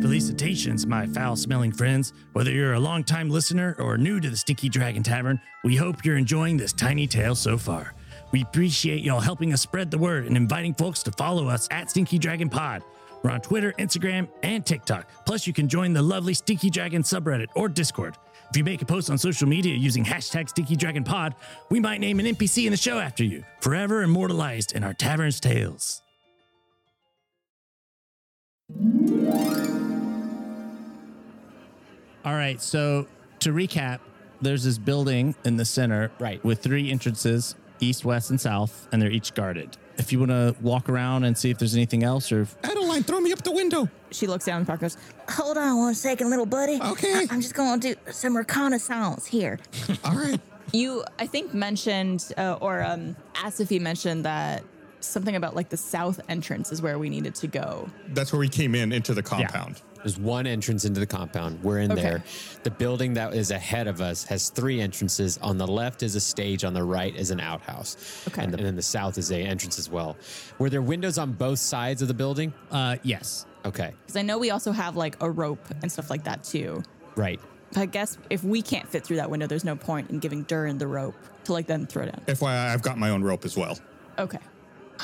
J: Felicitations, my foul smelling friends. Whether you're a longtime listener or new to the Stinky Dragon Tavern, we hope you're enjoying this tiny tale so far. We appreciate y'all helping us spread the word and inviting folks to follow us at Stinky Dragon Pod. We're on Twitter, Instagram, and TikTok. Plus, you can join the lovely Stinky Dragon subreddit or Discord. If you make a post on social media using hashtag Stinky Dragon Pod, we might name an NPC in the show after you, forever immortalized in our tavern's tales.
B: All right, so to recap, there's this building in the center,
H: Right.
B: with three entrances, east, west, and south, and they're each guarded. If you want to walk around and see if there's anything else, or if-
F: Adeline, throw me up the window.
E: She looks down and Parker goes,
G: hold on one second, little buddy.
F: Okay.
G: I- am just going to do some reconnaissance here.
F: All right.
E: You, I think, mentioned, uh, or um, asked if he mentioned that something about like the south entrance is where we needed to go.
F: That's where we came in into the compound.
H: There's one entrance into the compound. We're in
E: Okay.
H: there. The building that is ahead of us has three entrances. On the left is a stage. On the right is an outhouse.
E: Okay.
H: And, the- and then the south is a entrance as well. Were there windows on both sides of the building?
B: uh, yes,
H: Okay.
E: Because I know we also have like a rope and stuff like that too.
H: Right.
E: But I guess if we can't fit through that window, there's no point in giving Durin the rope to like then throw down.
F: FYI, I've got my own rope as well.
E: Okay.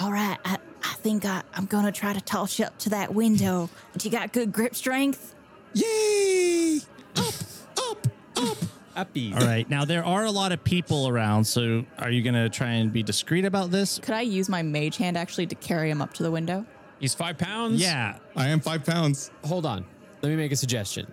G: All right. I, I think I, I'm going to try to toss you up to that window. Do you got good grip strength?
F: Yay! Up, up, up.
H: Uppy.
B: All right. Now there are a lot of people around, so are you gonna try and be discreet about this?
E: Could I use my mage hand actually to carry him up to the window?
C: He's five pounds.
B: Yeah.
F: I am five pounds.
H: Hold on. Let me make a suggestion.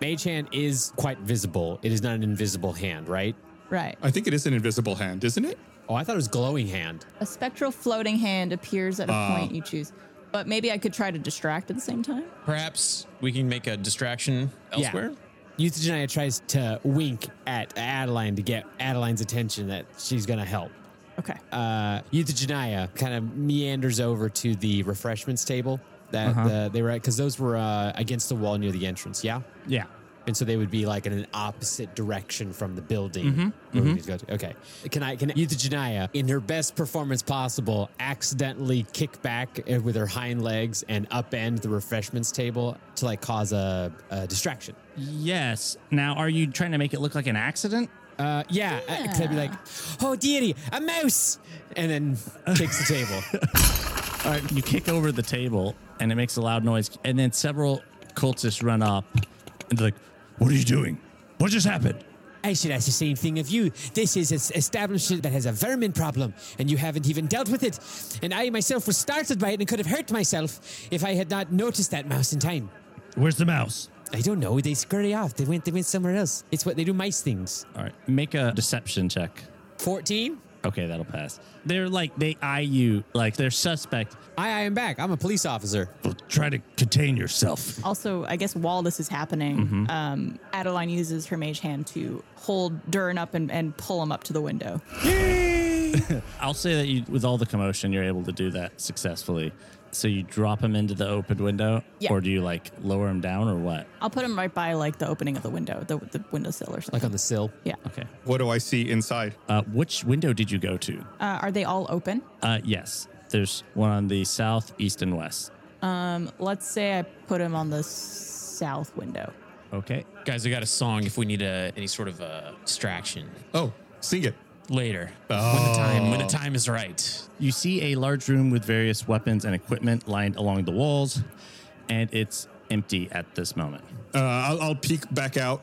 H: Mage hand is quite visible. It is not an invisible hand, right?
E: Right.
F: I think it is an invisible hand, isn't it?
H: Oh, I thought it was glowing hand.
E: A spectral floating hand appears at a point you choose. But maybe I could try to distract at the same time.
C: Perhaps we can make a distraction elsewhere.
H: Euthagenia tries to wink at Adeline to get Adeline's attention that she's going to help.
E: Okay.
H: Uh, Euthagenia kind of meanders over to the refreshments table that uh, they were at because those were uh, against the wall near the entrance. Yeah.
B: Yeah.
H: And so they would be like in an opposite direction from the building. where we go to. Okay. Can I can Euthagenia, in her best performance possible, accidentally kick back uh, with her hind legs and upend the refreshments table to like cause a, a distraction?
B: Yes. Now, are you trying to make it look like an accident?
H: Uh, yeah, I- 'cause I'd be like, "Oh dearie, a mouse!" and then kicks the <laughs> table.
B: All right. Uh, You kick over the table, and it makes a loud noise, and then several cultists run up, and they're like,
J: What are you doing? What just happened?
H: I should ask the same thing of you. This is an establishment that has a vermin problem, and you haven't even dealt with it. And I myself was startled by it and could have hurt myself if I had not noticed that mouse in time.
J: Where's the mouse?
H: I don't know. They scurry off. They went. They went somewhere else. It's what they do. Mice things.
B: All right, make a deception check.
H: Fourteen.
B: Okay, that'll pass. They're like they eye you like they're suspect.
H: I, I am back. I'm a police officer.
J: Try to contain yourself.
E: Also, I guess while this is happening, um, Adeline uses her mage hand to hold Durin up and, and pull him up to the window.
B: I'll say that you, with all the commotion, you're able to do that successfully. So you drop him into the open window,
E: Yeah.
B: or do you like lower him down, or what?
E: I'll put him right by like the opening of the window, the, the windowsill or something.
H: Like on the sill.
E: yeah.
B: Okay.
F: What do I see inside?
B: Uh, which window did you go to?
E: Uh, are they all open?
B: Uh, yes, there's one on the south, east, and west.
E: Let's say I put him on the south window.
B: Okay.
C: Guys, I got a song if we need a, any sort of uh distraction
F: Oh, sing it.
C: later. When the time
F: Oh.
C: when the time is right.
B: You see a large room with various weapons and equipment lined along the walls, and it's empty at this moment.
F: Uh, I'll, I'll peek back out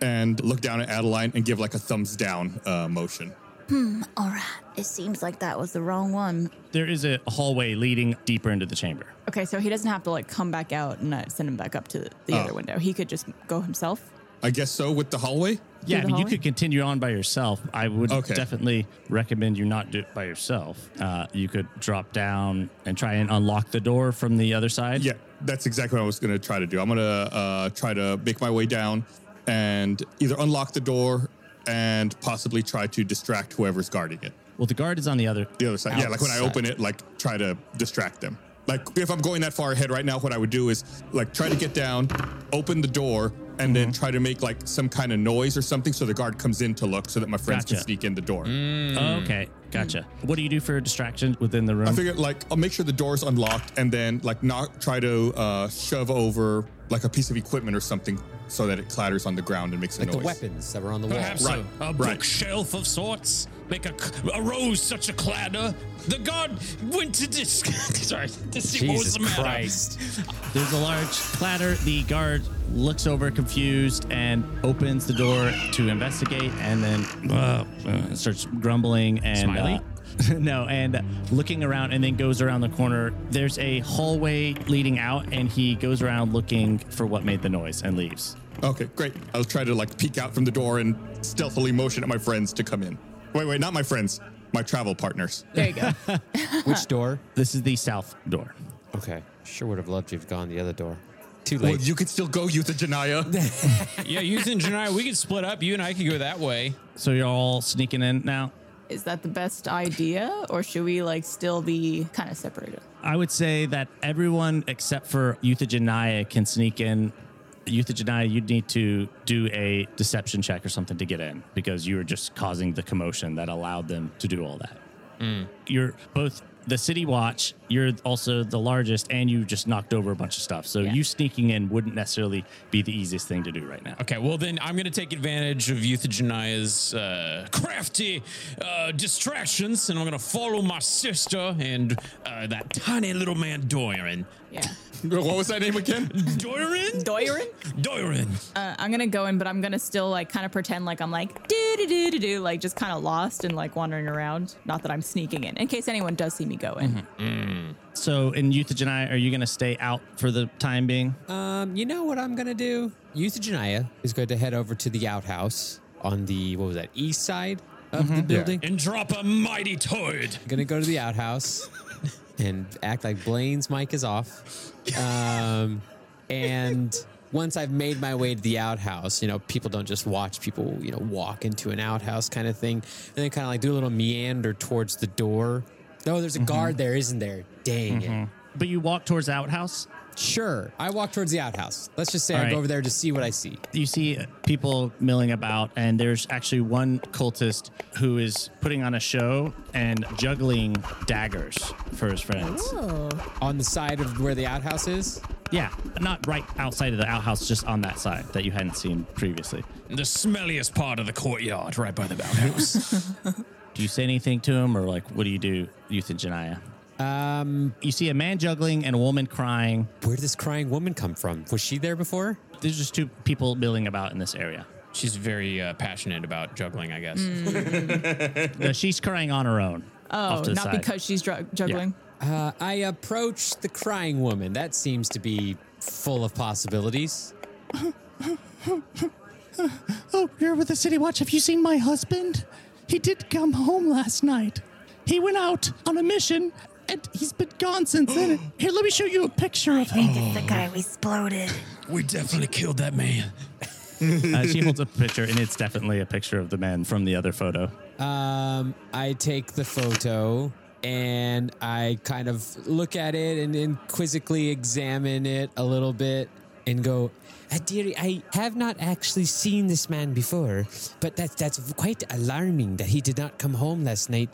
F: and look down at Adeline and give like a thumbs down uh, motion.
G: All right. It seems like that was the wrong one.
B: There is a hallway leading deeper into the chamber.
E: Okay, so he doesn't have to like come back out and uh, send him back up to the, the
B: Oh.
E: other window. He could just go himself.
F: I guess so with the hallway.
B: Yeah, I
E: the
B: mean, you
E: hallway?
B: could continue on by yourself. I would
F: Okay.
B: definitely recommend you not do it by yourself. Uh, you could drop down and try and unlock the door from the other side.
F: Yeah, that's exactly what I was gonna try to do. I'm gonna uh, try to make my way down and either unlock the door and possibly try to distract whoever's guarding it.
B: Well, the guard is on the other.
F: The other side. Yeah, like when I open it, like try to distract them. Like if I'm going that far ahead right now, what I would do is like try to get down, open the door, and then try to make like some kind of noise or something so the guard comes in to look so that my friends can
B: Gotcha.
F: sneak in the door.
E: Mm.
B: Oh, okay, gotcha. What do you do for a distraction within the room?
F: I figured like I'll make sure the door's unlocked and then like not try to uh, shove over like a piece of equipment or something so that it clatters on the ground and makes a
D: Like
F: noise.
D: the weapons that were on the wall.
C: Perhaps
F: Right,
C: a, a
F: right.
C: bookshelf of sorts. Make a, c- a rose such a clatter. The god went to dis- <laughs> sorry to see what was
H: Jesus
C: the matter.
H: Christ.
B: There's a large clatter. The guard looks over confused and opens the door to investigate and then uh, uh, starts grumbling and.
C: Smiley?
B: uh, <laughs> no, and looking around and then goes around the corner. There's a hallway leading out, and he goes around looking for what made the noise and leaves.
F: Okay, great. I'll try to like peek out from the door and stealthily motion at my friends to come in. Wait, wait, not my friends, my travel partners.
E: There you go.
D: Which door?
B: This is the south door.
H: Okay. Sure would have loved to have gone the other door. Too
F: Well,
H: late.
F: you could still go, Youth of Janaya.
I: Yeah, you and Janai, we could split up. You and I could go that way.
B: So you're all sneaking in now?
E: Is that the best idea, or should we like still be kind of separated?
B: I would say that everyone except for Euthogenia can sneak in. Euthogenia, you'd need to do a deception check or something to get in because you were just causing the commotion that allowed them to do all that. You're both the city watch, you're also the largest, and you just knocked over a bunch of stuff. So you sneaking in wouldn't necessarily be the easiest thing to do right now.
C: Okay, well then I'm gonna take advantage of Euthygenia's uh, crafty uh, distractions, and I'm gonna follow my sister and uh, that tiny little man Doirin.
E: Yeah.
F: what was that name again? <laughs>
C: Doirin?
E: Doirin?
C: Doirin.
E: Uh, I'm gonna go in, but I'm gonna still like kind of pretend like I'm like do do do do do, like just kind of lost and like wandering around. Not that I'm sneaking in, in case anyone does see me go in.
B: Mm-hmm. So in Euthogenia, are you going to stay out for the time being?
H: Um, you know what I'm gonna do? Euthogenia is going to head over to the outhouse on the what was that east side of the building.
C: And drop a mighty toad.
H: Gonna go to the outhouse and act like Blaine's mic is off. Um, and once I've made my way to the outhouse, you know, people don't just watch people, you know, walk into an outhouse kind of thing. And then kind of like do a little meander towards the door. No, there's a guard there, isn't there? Dang it.
B: But you walk towards the outhouse.
H: Sure. I walk towards the outhouse. Let's just say I
B: right.
H: go over there to see what I see.
B: you see people milling about, and there's actually one cultist who is putting on a show and juggling daggers for his friends.
H: On the side of where the outhouse is?
B: Yeah, not right outside of the outhouse, just on that side that you hadn't seen previously.
C: The smelliest part of the courtyard, right by the outhouse.
B: Do you say anything to him, or like, what do you do, Youth and Janaya? Um, you see a man juggling and a woman crying.
H: Where did this crying woman come from? Was she there before?
E: <laughs>
B: There's just two people milling about in this area.
C: She's very uh, passionate about juggling, I guess.
B: No, she's crying on her own.
E: Oh,
B: off to the
E: not
B: side.
E: because she's drug juggling.
H: Uh, I approach the crying woman. That seems to be full of possibilities.
J: Oh, you're with the City Watch. Have you seen my husband? He did come home last night. He went out on a mission and he's been gone since then. Here, let me show you a picture of him.
G: It's the guy we exploded.
C: We definitely killed that man.
B: Uh, she holds up a picture, and it's definitely a picture of the man from the other photo.
H: Um, I take the photo and I kind of look at it and, and quizzically examine it a little bit and go,
D: Uh, dearie, I have not actually seen this man before, but that's that's quite alarming that he did not come home last night.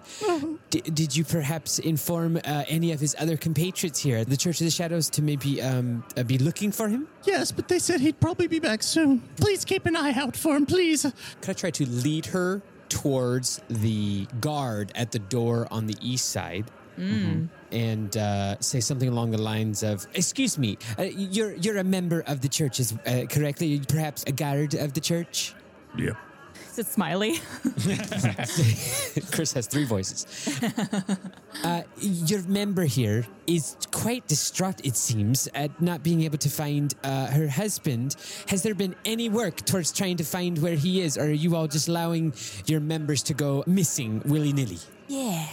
D: D- did you perhaps inform uh, any of his other compatriots here at the Church of the Shadows to maybe um, uh, be looking for him?
J: Yes, but they said he'd probably be back soon. Please keep an eye out for him, please.
H: Could I try to lead her towards the guard at the door on the east side? Mm-hmm. And uh, say something along the lines of,
D: Excuse me, uh, you're you're a member of the church, is uh, correctly? Perhaps a guard of the church.
J: Yep.
E: Is it Smiley? <laughs>
D: <laughs>
H: Chris has three voices.
D: Uh, Your member here is quite distraught, it seems, at not being able to find uh, her husband. Has there been any work towards trying to find where he is, or are you all just allowing your members to go missing willy nilly?
G: Yeah.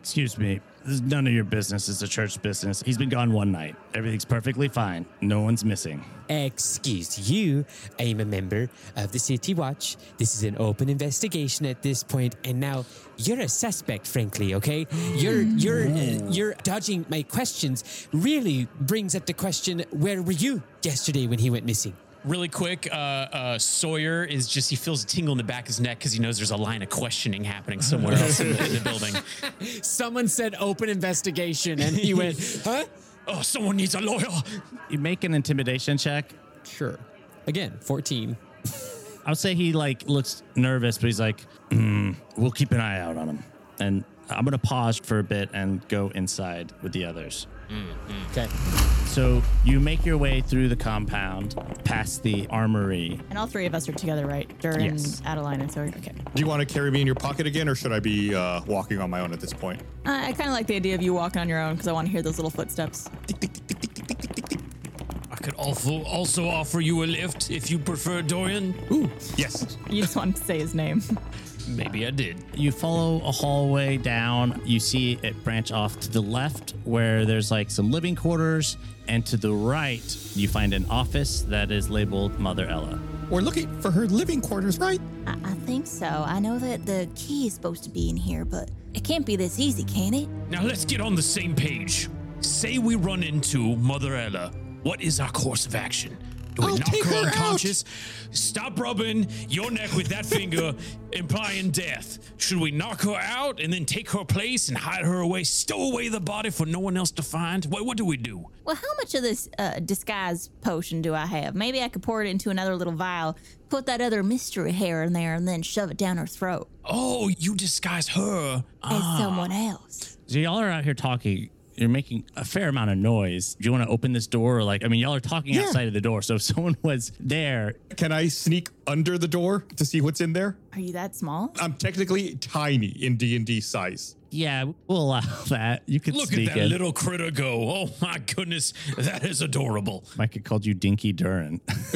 B: Excuse me. This is none of your business. It's a church business. He's been gone one night. Everything's perfectly fine. No one's missing.
D: Excuse you, I am a member of the City Watch. This is an open investigation at this point, and now you're a suspect, frankly. Okay, you're you're uh, you're dodging my questions. Really brings up the question: Where were you yesterday when he went missing?
C: Really quick, uh, uh, Sawyer is just, he feels a tingle in the back of his neck because he knows there's a line of questioning happening somewhere else in the, in the building.
H: Someone said open investigation, and he went,
D: <laughs>
H: huh?
C: Oh, someone needs a lawyer.
B: You make an intimidation check.
H: Sure. Again, 14.
B: I'll say he like looks nervous, but he's like, "Mm, "We'll keep an eye out on him." And I'm gonna pause for a bit and go inside with the others. Mm-hmm.
H: Okay.
B: So you make your way through the compound, past the armory.
E: And all three of us are together, right? Durin,
B: Yes.
E: Adeline, and so okay.
F: Do you want to carry me in your pocket again, or should I be uh, walking on my own at this point?
E: I, I kind of like the idea of you walking on your own because I want to hear those little footsteps.
C: I could also, also offer you a lift if you prefer, Dorian.
F: Yes.
E: You just want to say his
G: <laughs>
E: name.
C: Maybe I did.
B: You follow a hallway down. You see it branch off to the left where there's like some living quarters, and to the right you find an office that is labeled Mother Ella.
F: We're looking for her living quarters, right?
G: I, I think so. I know that the key is supposed to be in here, but it can't be this easy, can it?
C: Now let's get on the same page. Say we run into Mother Ella. What is our course of action? Do we
F: I'll
C: knock
F: take
C: her
F: her out.
C: unconscious? Stop rubbing your neck with that finger, <laughs> implying death. Should we knock her out and then take her place and hide her away, stow away the body for no one else to find? What, what do we do?
G: Well, how much of this uh, disguise potion do I have? Maybe I could pour it into another little vial, put that other mystery hair in there, and then shove it down her throat
C: Oh, you disguise her.
G: as
F: Ah.
G: someone else.
B: So y'all are out here talking. You're making a fair amount of noise. Do you want to open this door? Or like, I mean, y'all are talking outside of the door. So if <laughs> someone was there,
F: Can I sneak under the door to see what's in there?
G: Are you that small?
F: I'm technically tiny in D and D size.
B: yeah, we'll allow that. You could
C: Look at
B: sneak
C: that
B: in.
C: little critter go. Oh my goodness, that is adorable.
B: Micah called you Dinky Durin. <laughs>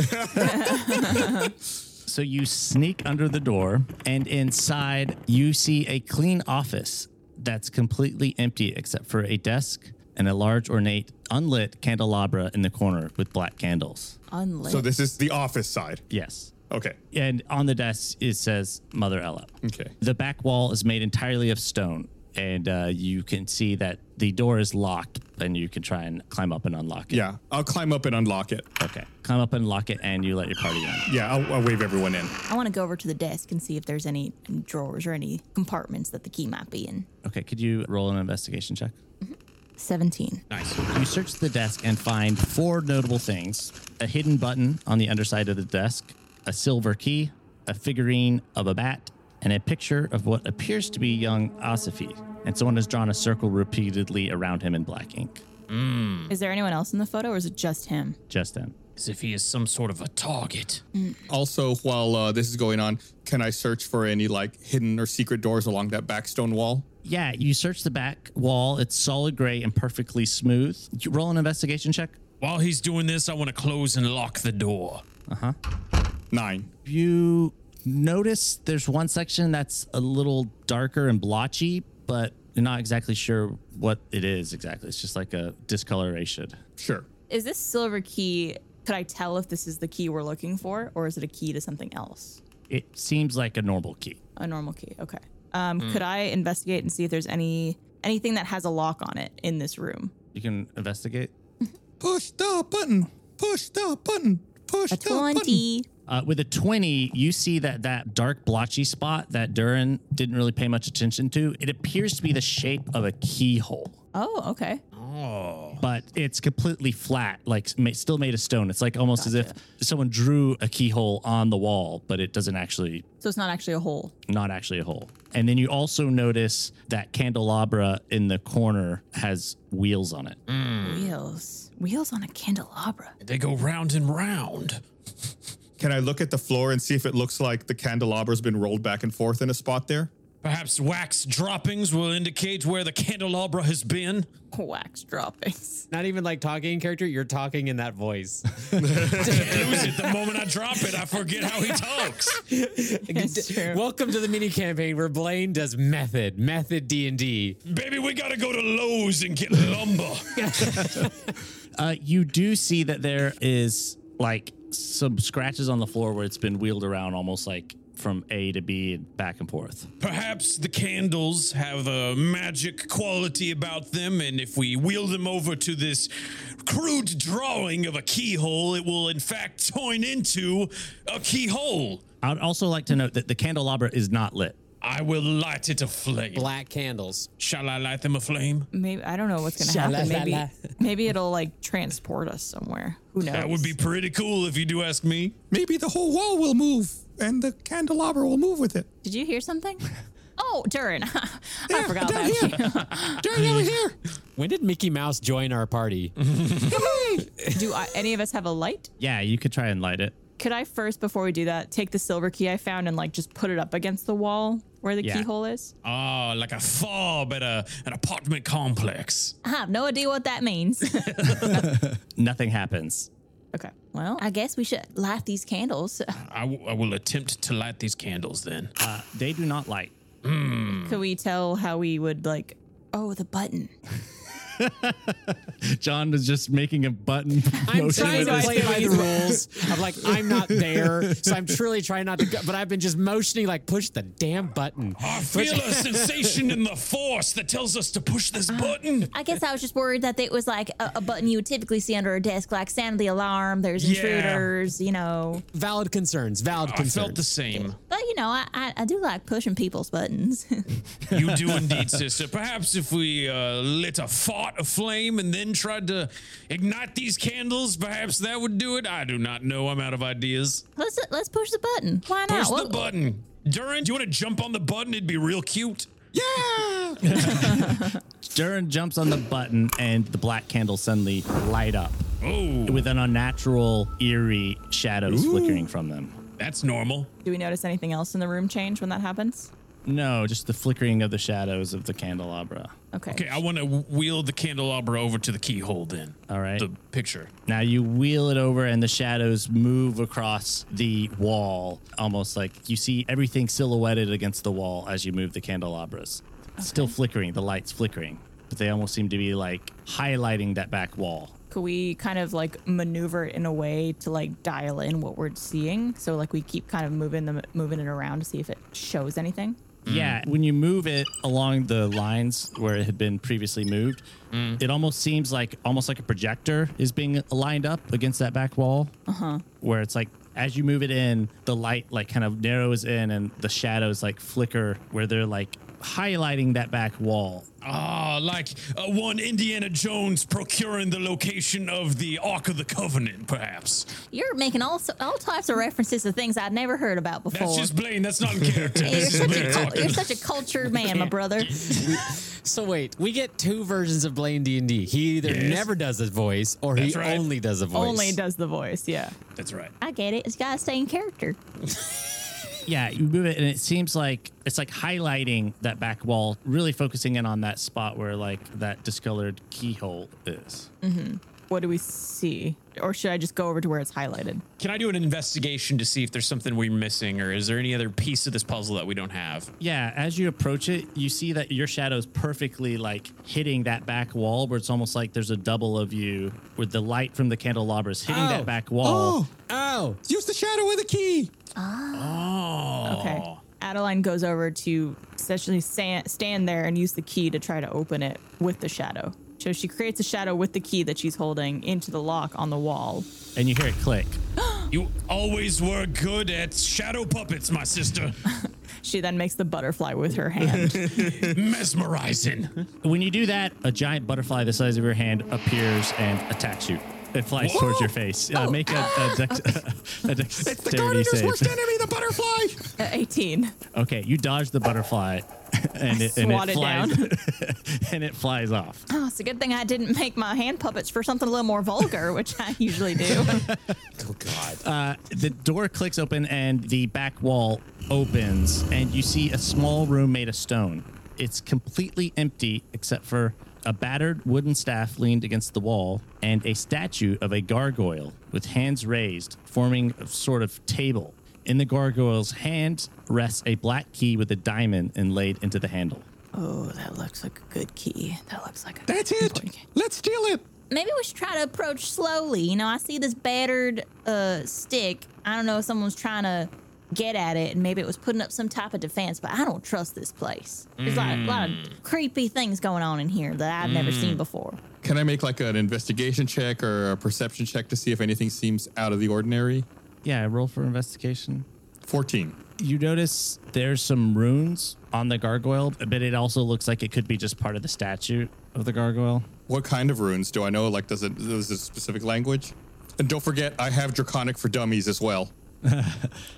B: so you sneak under the door, and inside you see a clean office that's completely empty except for a desk and a large, ornate, unlit candelabra in the corner with black candles.
G: Unlit.
F: So this is the office side.
B: Yes.
F: Okay.
B: And on the desk, it says Mother Ella.
F: Okay.
B: The back wall is made entirely of stone, and uh, you can see that the door is locked, and you can try and climb up and unlock it.
F: Yeah, I'll climb up and unlock it.
B: Okay. Climb up and lock it, and you let your party in.
F: Yeah, I'll, I'll wave everyone in.
G: I want to go over to the desk and see if there's any drawers or any compartments that the key might be in.
B: Okay. Could you roll an investigation check?
G: 17.
B: You search the desk and find four notable things a hidden button on the underside of the desk, a silver key, a figurine of a bat, and a picture of what appears to be young Asifi. And someone has drawn a circle repeatedly around him in black ink.
F: Hmm.
E: Is there anyone else in the photo or is it just him?
B: Just then.
C: as if he is some sort of a target.
F: Also, while uh, this is going on, can I search for any like hidden or secret doors along that back stone wall?
B: Yeah, you search the back wall. It's solid gray and perfectly smooth. You roll an investigation check.
C: While he's doing this, I want to close and lock the door.
F: Nine.
B: You notice there's one section that's a little darker and blotchy, but you're not exactly sure what it is exactly. It's just like a discoloration.
F: Sure.
E: Is this silver key? Could I tell if this is the key we're looking for, or is it a key to something else?
B: It seems like a normal key.
E: A normal key. Okay. Um,
C: Hmm.
E: Could I investigate and see if there's any anything that has a lock on it in this room?
B: You can investigate.
F: Push the button. Push the button. Push
E: A twenty.
B: Uh, with a 20, you see that that dark blotchy spot that Durin didn't really pay much attention to. It appears to be the shape of a keyhole.
E: Oh, okay.
B: but it's completely flat, like ma- still made of stone. It's like almost as if someone drew a keyhole on the wall, but it doesn't actually,
E: So it's not actually a hole.
B: not actually a hole. And then you also notice that candelabra in the corner has wheels on it.
H: Mm.
E: Wheels. Wheels on a candelabra.
C: They go round and round.
F: Can I look at the floor and see if it looks like the candelabra's been rolled back and forth in a spot there?
C: Perhaps wax droppings will indicate where the candelabra has been. <laughs>
E: Wax
H: <laughs>
E: droppings.
H: Not even like talking in character. You're talking in
D: <laughs>
H: that voice.
C: I lose it the moment I drop it. I forget how he talks.
E: It's true.
H: Welcome to the mini campaign where Blaine does method, method D and D.
C: Baby, we gotta go to Lowe's and get lumber.
B: Uh, you do see that there is like some scratches on the floor where it's been wheeled around almost like from A to B and back and forth.
C: Perhaps the candles have a magic quality about them, and if we wheel them over to this crude drawing of a keyhole, it will in fact join into a keyhole.
B: I'd also like to note that the candelabra is not lit.
C: I will light it aflame.
H: Black candles.
C: Shall I light them aflame?
E: Maybe I don't know what's gonna
H: Sha la
E: happen.
H: la
E: Maybe
H: la.
E: <laughs> maybe it'll like transport us somewhere. Who knows?
C: That would be pretty cool if you do ask me.
F: Maybe the whole wall will move and the candelabra will move with it.
E: Did you
C: <laughs>
E: hear something? Oh, Durin. <laughs> I
F: There,
E: forgot
F: down
E: about you.
F: here. Durin, over here.
H: When did Mickey Mouse join our party?
C: Mm-hmm.
E: Do I, any of us have a light?
B: Yeah, you could try and light it.
E: Could I first, before we do that, take the silver key I found and like just put it up against the wall where the
B: Yeah.
E: keyhole is?
C: Ah, like a fob at a, an apartment complex.
E: I have no idea what that means. <laughs>
B: Nothing happens.
E: okay. Well, I guess we should light these candles.
C: I, w- I will attempt to light these candles then.
B: Uh, they do not light.
E: <laughs> Could we tell how we would like? Oh, the button.
B: John is just making a button
H: I'm
B: motion
H: trying
B: with
H: to
B: his
H: play by the rules. I'm like,
C: <laughs>
H: I'm not there, so I'm truly trying not to. Go, but I've been just motioning, like, push the damn button.
E: <laughs>
C: I feel a sensation in the force that tells us to push this button.
E: Uh, I guess I was just worried that it was like a, a button you would typically see under a desk, like sound the alarm. There's
C: Yeah.
E: intruders, you know.
H: Valid concerns. Valid
C: I
H: concerns.
C: felt the same.
E: But you know, I I, I do like pushing people's buttons. <laughs>
C: You do indeed, <laughs> sister. Perhaps if we uh, lit a fart aflame and then tried to ignite these candles, perhaps that would do it. I do not know. I'm out of ideas.
E: let's let's push the button. Why not?
C: Push the
E: Ah, Well,
C: button. Durin, do you want to jump on the button? It'd be real cute.
B: Durin jumps on the button, and the black candles suddenly light up
C: Oh,
B: with an unnatural, eerie shadows flickering from them.
C: that's normal.
E: Do we notice anything else in the room change when that happens?
B: No, just the flickering of the shadows of the candelabra.
E: Okay.
C: Okay, I want to wheel the candelabra over to the keyhole then.
B: All right.
C: The picture.
B: Now you wheel it over, and the shadows move across the wall, almost like you see everything silhouetted against the wall as you move the candelabras. Still flickering, the lights flickering, but they almost seem to be like highlighting that back wall.
E: Could we kind of like maneuver it in a way to like dial in what we're seeing? So like we keep kind of moving them, moving it around to see if it shows anything.
B: Yeah, when you move it along the lines where it had been previously moved, it almost seems like almost like a projector is being lined up against that back wall. Uh-huh. Where it's like as you move it in, the light like kind of narrows in and the shadows like flicker where they're like highlighting that back wall.
C: Ah, like uh, one Indiana Jones procuring the location of the Ark of the Covenant, perhaps.
E: You're making all so, all types of references to things I'd never heard about before.
F: <laughs>
C: That's just Blaine. That's not in character.
E: you're,
C: This is
E: such a
C: Blaine
E: cul-
C: talking.
E: you're such a cultured man, my brother.
H: So wait, we get two versions of Blaine D and D. He either
C: Yes.
H: never does a voice or he
C: That's right.
H: only does a voice.
E: Only does the voice. Yeah.
C: <laughs> That's right.
G: I get it. It's got to stay in character.
B: Yeah, you move it, and it seems like it's like highlighting that back wall, really focusing in on that spot where like that discolored keyhole is.
E: What do we see? Or should I just go over to where it's highlighted?
C: Can I do an investigation to see if there's something we're missing, or is there any other piece of this puzzle that we don't have?
B: Yeah, as you approach it, you see that your shadow's perfectly like hitting that back wall, where it's almost like there's a double of you, with the light from the candelabra is hitting
H: Ow.
B: that back wall.
H: Oh,
F: Use the shadow of the key.
E: Okay. Adeline goes over to essentially sa- stand there and use the key to try to open it with the shadow. So she creates a shadow with the key that she's holding into the lock on the wall.
B: And you hear it click.
C: You always were good at shadow puppets, my sister.
E: She then makes the butterfly with her <laughs> hand.
C: Mesmerizing.
B: When you do that, a giant butterfly the size of your hand appears and attacks you. It flies towards your face. Uh, make a, a, dex- <laughs> a
F: It's <laughs> the
B: dexterity
F: gardener's
B: save.
F: worst enemy, the butterfly.
E: Uh, 18.
B: Okay, you dodge the butterfly, <laughs> and it, and
E: swat
B: it
E: it
B: flies,
E: down.
B: <laughs> and it flies off.
G: Oh, it's a good thing I didn't make my hand puppets for something a little more vulgar, which I usually do.
B: The door clicks open, and the back wall opens, and you see a small room made of stone. It's completely empty except for a battered wooden staff leaned against the wall, and a statue of a gargoyle with hands raised, forming a sort of table. In the gargoyle's hand rests a black key with a diamond inlaid into the handle.
E: <laughs> Oh, that looks like a good key. That looks like a
F: That's it. Let's steal it.
G: Maybe we should try to approach slowly. You know, I see this battered uh, stick. I don't know if someone's trying to get at it, and maybe it was putting up some type of defense, but I don't trust this place. There's like a lot
H: Mm.
G: of creepy things going on in here that I've never seen before.
F: Can I make like an investigation check or a perception check to see if anything seems out of the ordinary?
B: Yeah, roll for investigation.
F: 14.
B: You notice there's some runes on the gargoyle, but it also looks like it could be just part of the statue of the gargoyle.
F: What kind of runes do I know? Like, does it, does it specific language? And don't forget, I have Draconic for Dummies as well.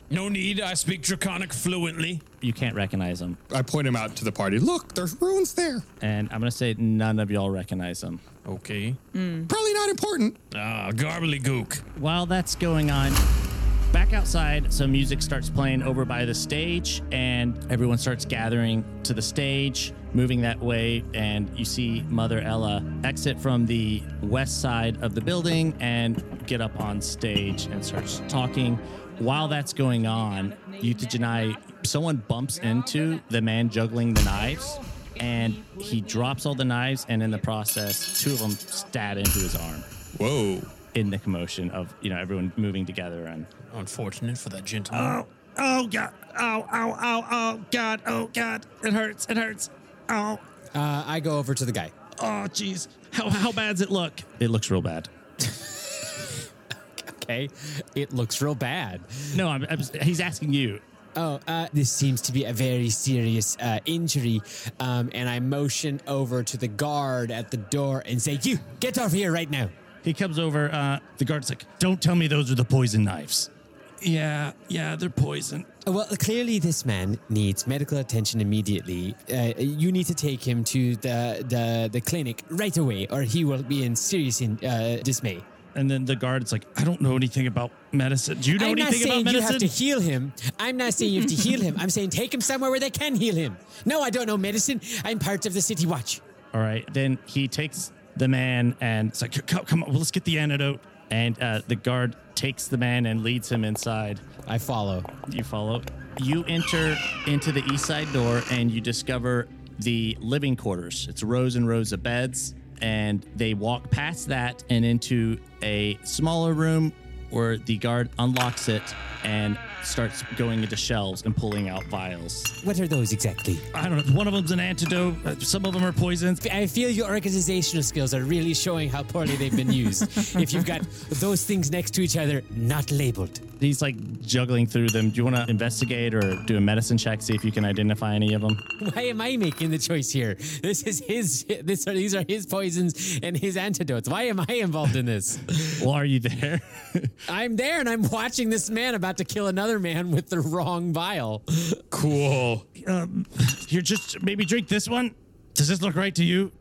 C: No need. I speak Draconic fluently.
B: You can't recognize them.
F: I point him out to the party. Look, there's runes there.
B: And I'm going to say none of y'all recognize them.
C: Okay.
F: Probably not important.
C: Ah, garbly gook.
B: While that's going on, back outside, some music starts playing over by the stage, and everyone starts gathering to the stage, moving that way. And you see Mother Ella exit from the west side of the building and get up on stage and starts talking. While that's going on, Yuta Janai, someone bumps into the man juggling the knives. And he drops all the knives, and in the process, two of them stab into his arm
F: Whoa.
B: in the commotion of you know everyone moving together and
C: Unfortunate for that gentleman.
J: Oh god! Oh oh oh oh god! Oh god! It hurts! It hurts! Oh
H: uh, I go over to the guy.
J: oh jeez! How how bad's it look?
B: it looks real bad.
H: Okay, it looks real bad.
B: No, I'm, I'm, he's asking you.
H: Oh, uh, this seems to be a very serious uh, injury. Um, and I motion over to the guard at the door and say, "You get over here right now."
B: He comes over. Uh, the guard's like, "Don't tell me those are the poison knives."
J: Yeah yeah, they're poison.
H: Uh, Well, clearly this man needs medical attention immediately. Uh, you need to take him to the, the the clinic right away, or he will be in serious in, uh, dismay.
J: And then the guard's like, I don't know anything about medicine. Do you know
H: I'm not
J: anything about
H: saying you
J: medicine?
H: have to heal him. I'm not saying you
J: <laughs>
H: have to heal him. I'm saying take him somewhere where they can heal him. No, I don't know medicine. I'm part of the city watch.
B: All right. Then he takes the man and it's like, "Come, come on, well, let's get the antidote." And uh, the guard takes the man and leads him inside.
H: I follow.
B: You follow. You enter into the east side door and you discover the living quarters. It's rows and rows of beds, and they walk past that and into a smaller room where the guard unlocks it and starts going into shelves and pulling out vials.
H: What are those exactly?
B: I don't know. One of them's an antidote. uh, Some of them are poisons.
H: I feel your organizational skills are really showing how poorly they've been used. if you've got those things next to each other, not labeled.
B: He's like juggling through them. Do you want to investigate or do a medicine check, see if you can identify any of them?
H: Why am I making the choice here? This is his. This are, these are his poisons and his antidotes. Why am I involved in this?
B: Well, are you there? <laughs>
H: I'm there and I'm watching this man about to kill another man with the wrong vial.
C: Cool.
J: You're just maybe drink this one.
B: Does this look right to you?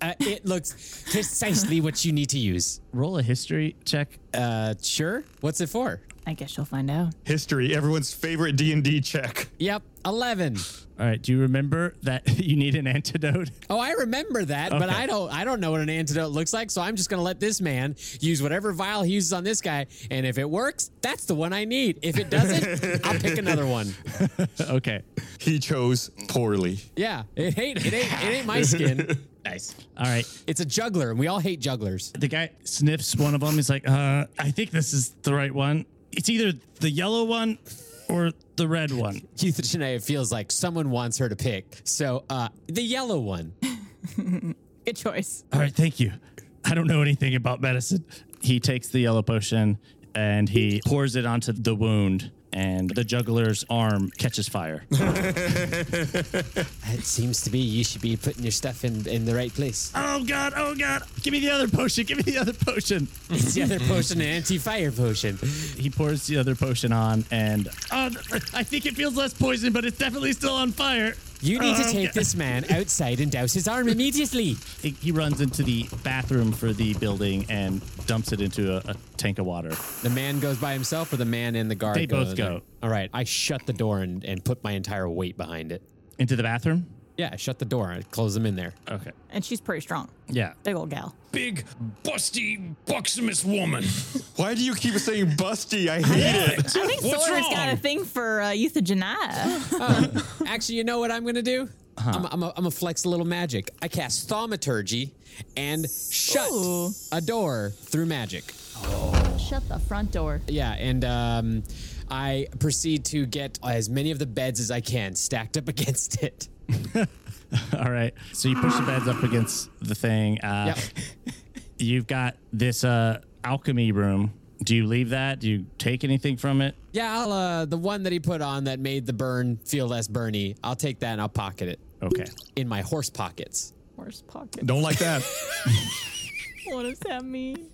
H: Uh, it looks precisely what you need to use.
B: Roll a history check.
H: Uh, sure. What's it for?
E: I guess you'll find out.
F: History, everyone's favorite D&D check.
H: Yep, 11.
B: All right. Do you remember that <laughs> you need an antidote? <laughs>
H: Oh, I remember that, but
B: Okay.
H: I don't I don't know what an antidote looks like, so I'm just going to let this man use whatever vial he uses on this guy, and if it works, that's the one I need. If it doesn't, I'll pick another one.
B: okay.
F: He chose poorly.
H: Yeah, it ain't it ain't it ain't my skin.
I: Nice.
B: All right.
H: It's a juggler, and we all hate jugglers.
B: The guy sniffs one of them. He's like, uh, I think this is the right one. It's either the yellow one or the red one.
H: Keith Shania feels like someone wants her to pick. So, uh, the yellow one.
E: Good choice.
B: All right. Thank you. I don't know anything about medicine. He takes the yellow potion and he pours it onto the wound, and the juggler's arm catches fire.
H: It seems to be you should be putting your stuff in in the right place.
B: <laughs> oh, God. Oh, God. Give me the other potion. Give me the other potion.
H: It's the other potion, an anti-fire potion.
B: He pours the other potion on, and oh, I think it feels less poison, but it's definitely still on fire.
H: You need to
B: Oh,
H: take
B: God.
H: this man outside and douse his arm immediately.
B: He he runs into the bathroom for the building and dumps it into a, a tank of water.
H: The man goes by himself, or the man and the guard.
B: They
H: go
B: both
H: there?
B: go.
H: All right, I shut the door and, and put my entire weight behind it.
B: Into the bathroom?
H: Yeah, I shut the door. I close them in there.
B: Okay.
E: And she's pretty strong.
B: Yeah. <laughs>
E: Big old gal.
C: Big, busty, buxomous woman. <laughs>
F: Why do you keep saying busty? I hate it.
E: I think
C: What's
E: Sora's got a
C: wrong?
E: thing for uh, euthanasia. <gasps>
H: Actually, you know what I'm gonna do? I'm I'm a, I'm a flex a little magic. I cast thaumaturgy and shut
E: Ooh.
H: a door through magic.
G: Shut the front door.
H: Yeah, and um, I proceed to get as many of the beds as I can stacked up <laughs> against it.
B: All right. So you push the beds up against the thing. Uh,
H: Yep.
B: You've got this uh, alchemy room. Do you leave that? Do you take anything from it?
H: Yeah, I'll, uh, the one that he put on that made the burn feel less burny. I'll take that and I'll pocket it
B: Okay.
H: in my horse pockets.
E: Worst pocket.
H: <laughs>
F: <laughs> Don't like that.
E: What does that mean?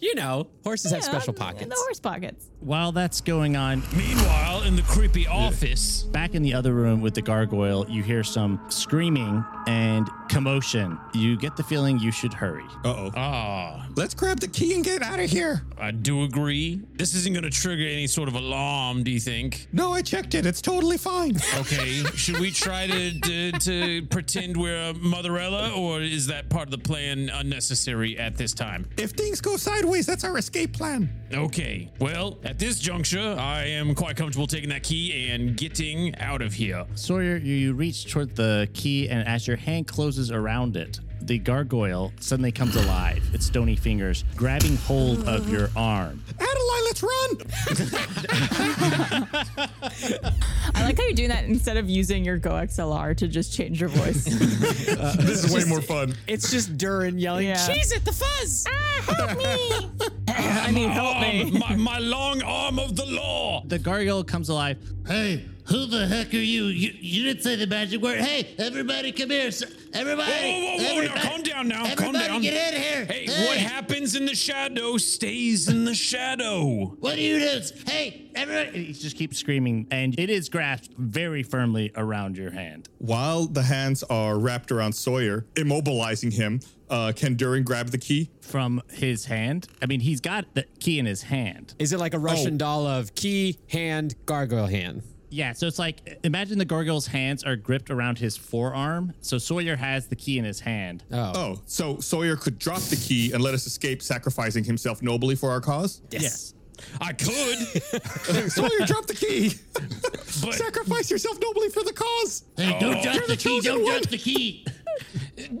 H: You know, horses have
E: Yeah,
H: special
E: I'm In the
H: pockets.
E: horse pockets.
B: While that's going on,
C: Meanwhile, in the creepy office,
B: Back in the other room with the gargoyle, you hear some screaming and commotion. You get the feeling you should hurry.
F: Uh-oh.
C: ah,
F: Let's grab the key and get out of here.
C: I do agree. This isn't going to trigger any sort of alarm, do you think?
F: No, I checked it. It's totally fine.
C: Okay, <laughs> should we try to, to to pretend we're a Motherella, or is that part of the plan unnecessary at this time?
F: if things go sideways, that's our escape plan.
C: Okay, well, at this juncture, I am quite comfortable taking that key and getting out of here.
B: Sawyer, you, you reach toward the key, and as your hand closes around it, the gargoyle suddenly comes alive, its stony fingers grabbing hold of your arm.
F: Adeline, let's run.
E: I like how you're doing that instead of using your Go XLR to just change your voice.
F: This is way more fun.
H: It's just Durin yelling,
E: Yeah.
H: Cheese at the fuzz!
E: <laughs> I mean, help
C: Arm,
E: me.
C: Um, my, my long arm of the law.
B: The gargoyle comes alive. Hey, who the heck are you? You, you didn't say the magic word. Hey, everybody, come here. S- Everybody.
C: Whoa, whoa, whoa, whoa, now
B: everybody-
C: calm down now, calm
B: Everybody
C: down.
B: get in here.
C: Hey, what happens in the shadow stays in the shadow.
B: What do you do? Hey, everybody! He just keeps screaming, and it is grasped very firmly around your hand.
F: While the hands are wrapped around Sawyer, immobilizing him, uh, can Durin grab the key?
B: From his hand, I mean, he's got the key in his hand.
H: Is it like a Russian
F: Oh.
H: doll of key, hand, gargoyle hand?
B: Yeah, so it's like imagine the gargoyle's hands are gripped around his forearm. So Sawyer has the key in his hand.
F: Oh, so Sawyer could drop the key and let us escape, sacrificing himself nobly for our cause?
B: yes.
C: I could,
F: <laughs> Sawyer, drop
H: <laughs>
F: the key.
C: but
F: Sacrifice yourself nobly for the cause.
B: Hey, don't drop
F: you're the chosen one.
B: the key.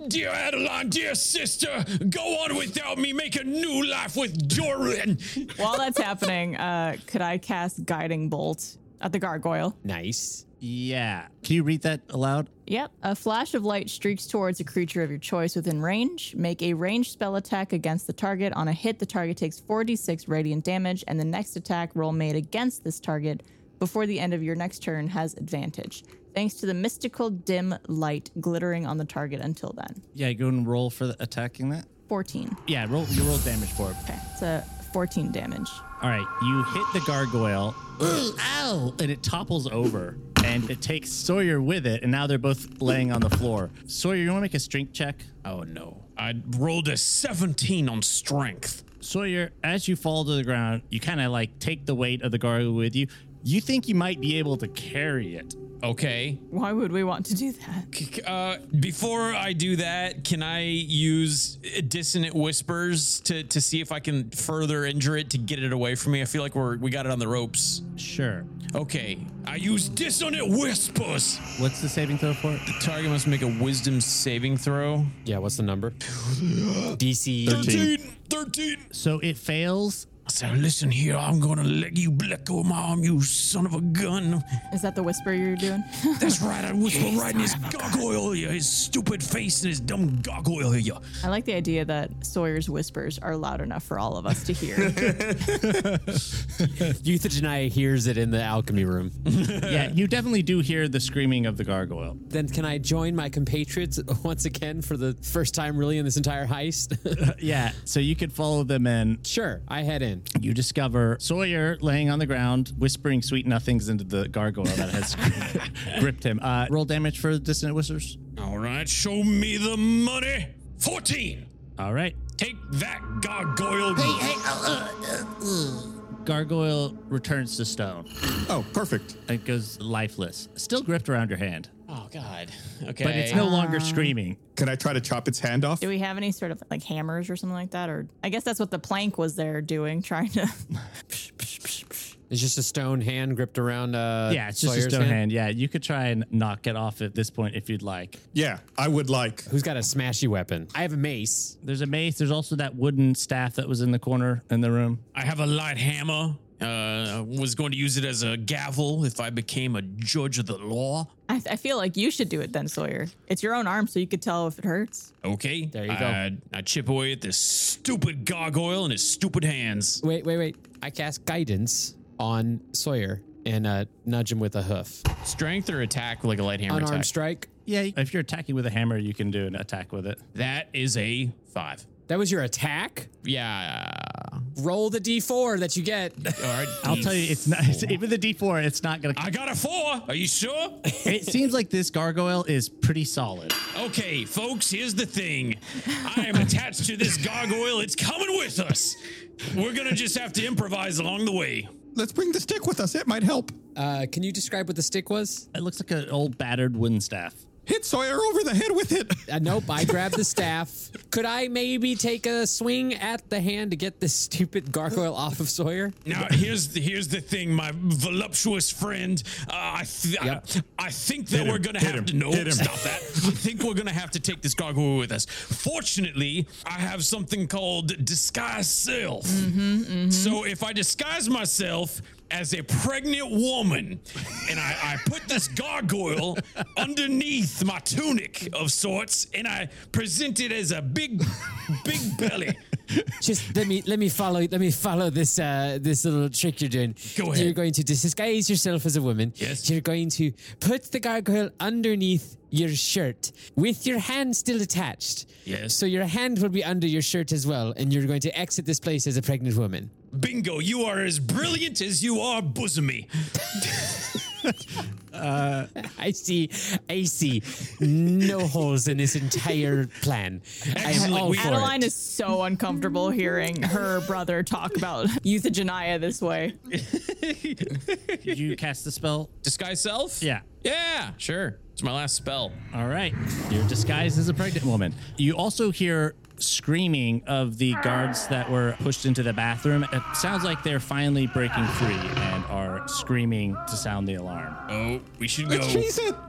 C: Dear Adeline, dear sister, go on without me. Make a new life with Doran.
E: <laughs> While that's happening, uh, could I cast Guiding Bolt at the gargoyle?
H: Nice.
B: Yeah. Can you read that aloud?
E: Yep. A flash of light streaks towards a creature of your choice within range. Make a ranged spell attack against the target. On a hit, the target takes 4d6 radiant damage, and the next attack roll made against this target before the end of your next turn has advantage, thanks to the mystical dim light glittering on the target until then.
B: Yeah, go and roll for the, attacking that.
E: 14.
B: Yeah, roll. You roll damage for it.
E: Okay. It's a 14 damage.
C: Mm,
B: All right, you hit the gargoyle. Ooh, ow! And it topples over. and it takes Sawyer with it, and now they're both laying on the floor. Sawyer, you want to make a strength check?
C: Oh no. I rolled a 17 on strength.
B: Sawyer, as you fall to the ground, you kind of like take the weight of the gargoyle with you. You think you might be able to carry it.
C: Okay.
E: Why would we want to do that?
C: C- Uh, before I do that, can I use dissonant whispers to, to see if I can further injure it to get it away from me? I feel like we're we got it on the ropes.
B: Sure.
C: Okay. I use dissonant whispers.
B: What's the saving throw for it?
C: Target must make a wisdom saving throw.
H: Yeah, what's the
F: <laughs>
H: number? DC.
C: 13. 13.
B: So it
C: <laughs>
B: fails.
C: So listen here, I'm gonna let you let go of my arm, you son of a gun.
E: Is that the whisper you're doing? <laughs>
C: That's right, I whisper right in his gargoyle ear, his stupid face and his dumb gargoyle ear.
E: I like the idea that Sawyer's whispers are loud enough for all of us to
H: <laughs>
E: hear.
H: Euthydenia hears it in the alchemy room. <laughs>
B: yeah, you definitely do hear the screaming of the gargoyle.
H: then can I join my compatriots <laughs> once again for the first time really in this entire heist? <laughs>
B: Yeah, so you could follow them in.
H: sure, I head in.
B: You discover Sawyer laying on the ground, whispering sweet nothings into the gargoyle that has gripped him. Uh, roll damage for dissonant whispers.
C: All right, show me the money. 14.
B: All right.
C: Take that gargoyle.
B: Gargoyle returns to stone.
F: Oh, perfect.
B: It goes lifeless, still gripped around your hand,
C: Oh, God. Okay.
B: but it's no longer screaming.
F: Can I try to chop its hand off?
E: Do we have any sort of like hammers or something like that? Or I guess that's what the plank was there doing, trying to. <laughs>
H: It's just a stone hand gripped around. Uh,
B: Yeah, it's just
H: Sawyer's
B: a stone hand. Yeah, you could try and knock it off at this point if you'd like.
F: Yeah, I would like.
H: Who's got a smashy weapon? I have a mace.
B: There's a mace. There's also that wooden staff that was in the corner in the room.
C: I have a light hammer. Uh, I was going to use it as a gavel if I became a judge of the law.
E: I, I feel like you should do it then, Sawyer. It's your own arm, so you could tell if it hurts.
C: Okay. There
H: you go.
C: I, I chip away at this stupid gargoyle and his stupid hands.
H: Wait, wait, wait. I cast guidance on Sawyer and uh, nudge him with a hoof.
I: Strength or attack like a light hammer
H: Unarmed
I: attack?
H: strike.
B: Yeah, if you're attacking with a hammer, you can do an attack with it.
C: That is a five.
H: That was your attack.
I: yeah.
H: Roll the d4 that
B: <laughs>
H: you get.
C: All right.
B: I'll tell you, it's not it's, even the D4. It's not gonna.
C: I got a four. Are
I: <laughs>
C: you sure?
B: it seems like this gargoyle is pretty solid.
C: Okay, folks, here's the thing. I am attached to this gargoyle. It's coming with us. We're going to just have to improvise along the way.
F: Let's bring the stick with us. It might help.
H: Uh, can you describe what the stick was?
B: It looks like an old battered wooden staff.
F: Hit Sawyer over the head with it.
H: Uh, nope, I grabbed the staff. Could I maybe take a swing at the hand to get this stupid gargoyle off of Sawyer?
C: Now, here's the, here's the thing, my voluptuous friend. Uh, I, th- I, I think that we're going to have to no, stop that. I think we're going to have to take this gargoyle with us. Fortunately, I have something called disguise self. So if I disguise myself as a pregnant woman and I, I put this gargoyle underneath my tunic of sorts and I present it as a big, big belly.
H: Just let me let me follow let me follow this uh, this little trick you're doing.
C: Go ahead.
H: You're going to disguise yourself as a woman.
C: Yes.
H: You're going to put the gargoyle underneath your shirt with your hand still attached.
C: Yes.
H: So your hand will be under your shirt as well, and you're going to exit this place as a pregnant woman.
C: Bingo, you are as brilliant as you are bosomy.
H: I see, I see,
C: <laughs>
H: no holes in this entire plan. I'm
C: Excellent.
H: all
C: We-
H: Oh, for it.
E: Adeline is so uncomfortable hearing her brother talk about <laughs> euthygenia this way.
B: You cast the spell.
I: Disguise self?
B: Yeah.
I: Yeah, sure. It's my last spell.
B: All right. You're disguised as a pregnant woman. You also hear screaming of the guards that were pushed into the bathroom. It sounds like they're finally breaking free and are screaming to sound the alarm.
I: Oh, we should
F: <laughs>
I: go.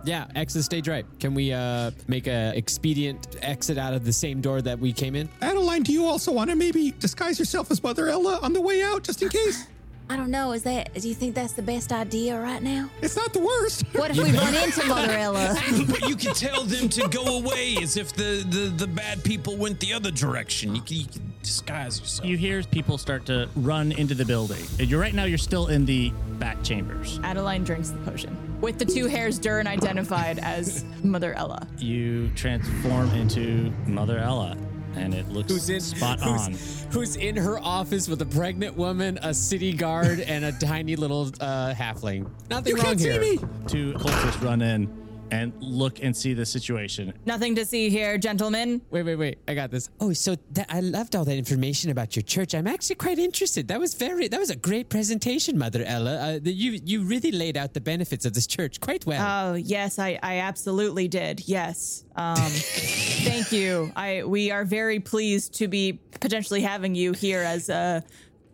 H: Yeah, exit stage right. Can we uh, make a expedient exit out of the same door that we came in?
F: Adeline, do you also want to maybe disguise yourself as Mother Ella on the way out, just in case?
G: I don't know. Is that? Do you think that's the best idea right now?
F: It's not the worst.
G: What
K: <laughs>
G: if we run into Mozzarella?
C: but you can tell them to go away as if the, the, the bad people went the other direction. You can, you can disguise yourself.
B: You hear people start to run into the building. And You're right now. You're still in the back chambers.
E: Adeline drinks the potion. With the two hairs Durin identified as Mother Ella.
B: You transform into Mother Ella. and it looks
H: Who's in
B: spot
H: who's,
B: on.
H: Who's in her office with a pregnant woman, a city <laughs> guard, and a tiny little uh, halfling? Nothing wrong here.
B: Two cultists run in and look and see the situation.
E: Nothing to see here, gentlemen.
H: Wait, wait, wait! I got this. Oh, so that, I loved all that information about your church. I'm actually quite interested. That was very. That was a great presentation, Mother Ella. Uh, the, you you really laid out the benefits of this church quite well.
E: Oh yes, I, I absolutely did. Yes. Um, thank you. I we are very pleased to be potentially having you here as uh,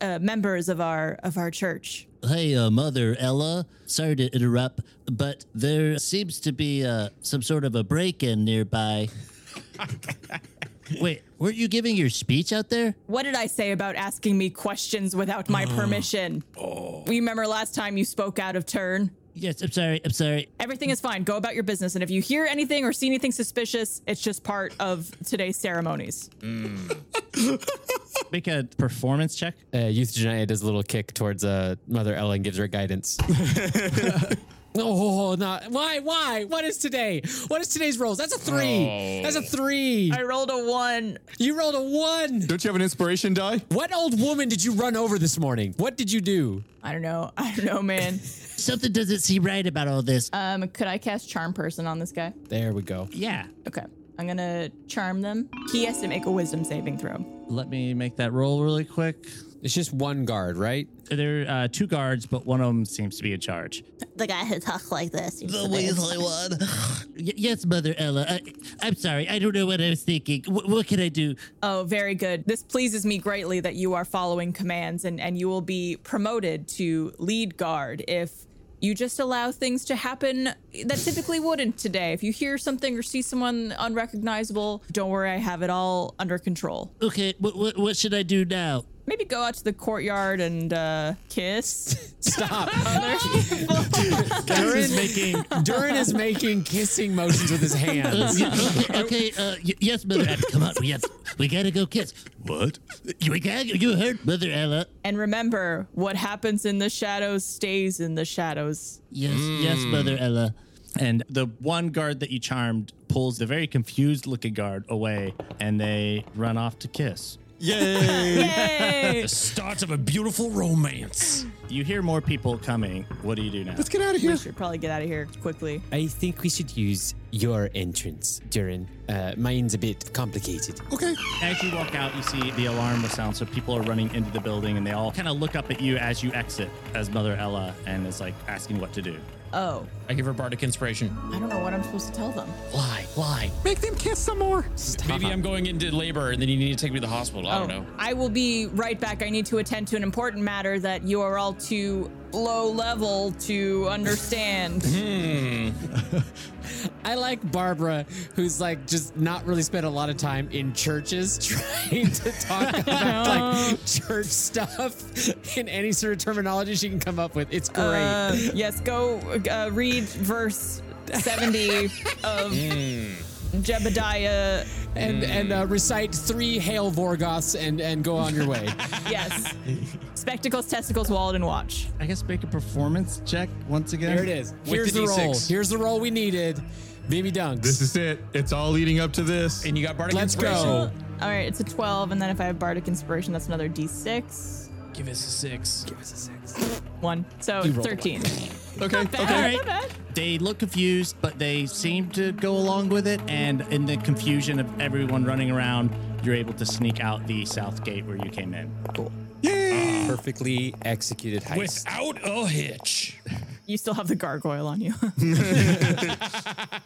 E: uh, members of our of our church.
K: Hey, uh, Mother Ella, sorry to interrupt, but there seems to be uh, some sort of a break in nearby. Wait, weren't you giving your speech out there?
E: What did I say about asking me questions without my permission? You remember last time you spoke out of turn?
K: Yes, I'm sorry, I'm sorry.
E: Everything is fine. Go about your business. And if you hear anything or see anything suspicious, it's just part of today's ceremonies.
B: Make a performance check.
H: Uh, Youth Janaya does a little kick towards uh, Mother Ella and gives her <laughs> guidance. oh, not why? Why? What is today? What is today's rolls? That's a three. That's a three.
E: I rolled a one.
H: You rolled a one.
F: Don't you have an inspiration die?
H: What old woman did you run over this morning? What did you do?
E: I don't know. <laughs> I don't know, man.
K: Something doesn't seem right about all this.
E: Um, could I cast charm person on this guy?
H: There we go.
B: Yeah.
E: Okay. I'm gonna charm them. He has to make a wisdom saving throw.
B: Let me make that roll really quick.
H: It's just one guard, right?
B: There are uh, two guards, but one of them seems to be in charge.
G: <laughs> The guy who talks like this. he's
K: The
G: the best.
K: Weasley one. Y- yes, Mother Ella. I- I'm sorry, I don't know what I was thinking. Wh- what can I do?
E: Oh, very good. This pleases me greatly that you are following commands and, and you will be promoted to lead guard if you just allow things to happen that typically wouldn't today. If you hear something or see someone unrecognizable, don't worry, I have it all under control.
K: Okay, wh- wh- what should I do now?
E: Maybe go out to the courtyard and uh, kiss.
H: Stop.
B: Durin is making
H: <laughs> Durin is making kissing motions with his
K: Uh,
B: <laughs>
H: hands.
K: yeah, okay, okay uh, y- yes, Mother Ella. Come on, we have, we gotta go kiss. What? You, we gotta, you heard Mother Ella.
E: and remember, what happens in the shadows stays in
C: <laughs>
E: the shadows.
K: Yes, yes, Mother Ella.
B: And the one guard that you charmed pulls the very confused looking guard away and they run off to kiss.
C: <laughs>
E: Yay!
C: The start of a beautiful romance.
B: You hear more people coming. What do you do now?
F: Let's get out of here.
E: we should probably get out of here quickly.
D: I think we should use your entrance, Durin.
H: Uh, mine's a bit complicated.
F: Okay.
B: As you walk out, you see the alarm was sound, so people are running into the building and they all kind of look up at you as you exit as Mother Ella and is like asking what to do.
E: Oh,
C: I give her bardic inspiration.
E: I don't know what I'm supposed to tell them.
H: Why? Why?
F: Make them kiss some more.
C: Maybe I'm going into labor and then you need to take me to the hospital. I don't know.
E: Oh, I will be right back. I need to attend to an important matter that you are all too low level to
C: <laughs>
E: understand.
H: I like Barbara, who's like just not really spent a lot of time in churches <laughs> trying to talk about like church stuff in any sort of terminology she can come up with. It's great.
E: Uh, yes, go uh, read verse
C: <laughs>
E: 70 of
C: Hmm.
E: Jebediah.
H: and and uh, recite three Hail Vorgoths and, and go on your <laughs> way.
C: <laughs>
E: Yes. Spectacles, testicles, wallet, and watch.
B: I guess make a performance check once again.
H: Here it is. Here's
C: the
H: the, roll.
C: D6.
H: Here's the roll we needed. Baby Dunks.
F: This is it. It's all leading up to this.
C: And you got bardic
H: Let's
C: inspiration.
H: go.
E: All right, it's a 12. And then if I have Bardic Inspiration, that's another D6.
C: Give us a six.
E: One. So
F: <laughs>
E: 13.
F: Okay.
B: All
F: Okay.
B: right. They look confused, but they seem to go along with it. And in the confusion of everyone running around, you're able to sneak out the south gate where you came in.
D: Perfectly executed heist.
C: Without a hitch.
E: You still have the gargoyle on you.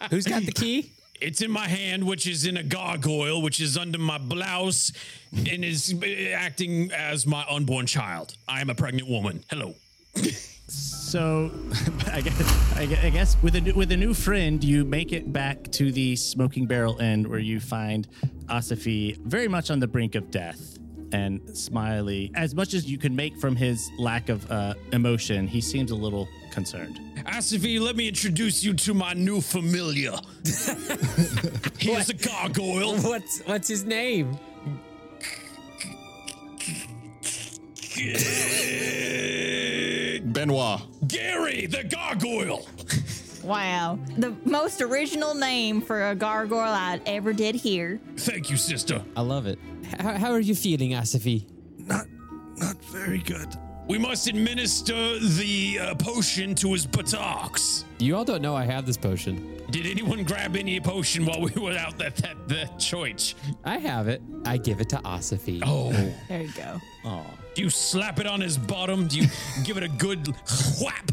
H: Who's got the key?
C: It's in my hand, which is in a gargoyle, which is under my blouse and is uh, acting as my unborn child. I am a pregnant woman. Hello.
B: So, <laughs> I guess, I gue- I guess with a new, with a new friend, you make it back to the smoking barrel end where you find Asafi very much on the brink of death. And Smiley, as much as you can make from his lack of uh, emotion, he seems a little concerned.
C: Asafi, let me introduce you to my new
G: <laughs>
C: familiar. he is a gargoyle.
H: <laughs> What's what's his name?
F: Benoit.
C: Gary, the Eh, gargoyle.
L: Wow.
E: The most original name for a gargoyle I ever did hear.
C: Thank you, sister.
H: I love it. How, how are you feeling, Asifi?
G: Uh, Not, not very good.
C: We must administer the uh, potion to his buttocks.
H: You all don't know I have this potion.
C: Did anyone grab any potion while we were out that that that choich?
H: I have it. I give it to Asifi.
C: Oh,
L: There you go.
C: do you slap it on his bottom?
G: <laughs>
C: Do you give it a good whap?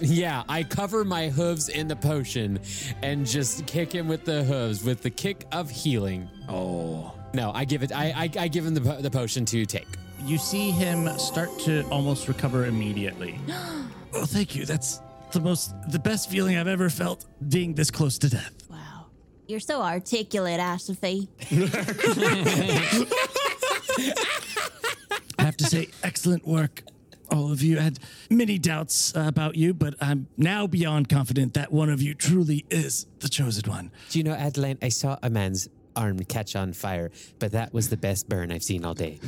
H: Yeah, I cover my hooves in the potion and just kick him with the hooves with the kick of healing.
C: Oh,
H: No, I give it. I I, I give him the, po- the potion to take.
B: You see him start to almost recover immediately.
G: Oh, thank you. That's the most, the best feeling I've ever felt being this close to death.
E: Wow. You're so articulate, Asafy.
G: I have
M: <laughs>
G: to say, excellent work, all of you. I had many doubts uh, about you, but I'm now beyond confident that one of you truly is the chosen one.
H: Do you know, Adeline? I saw a man's arm catch on fire, but that was the best burn I've seen all day.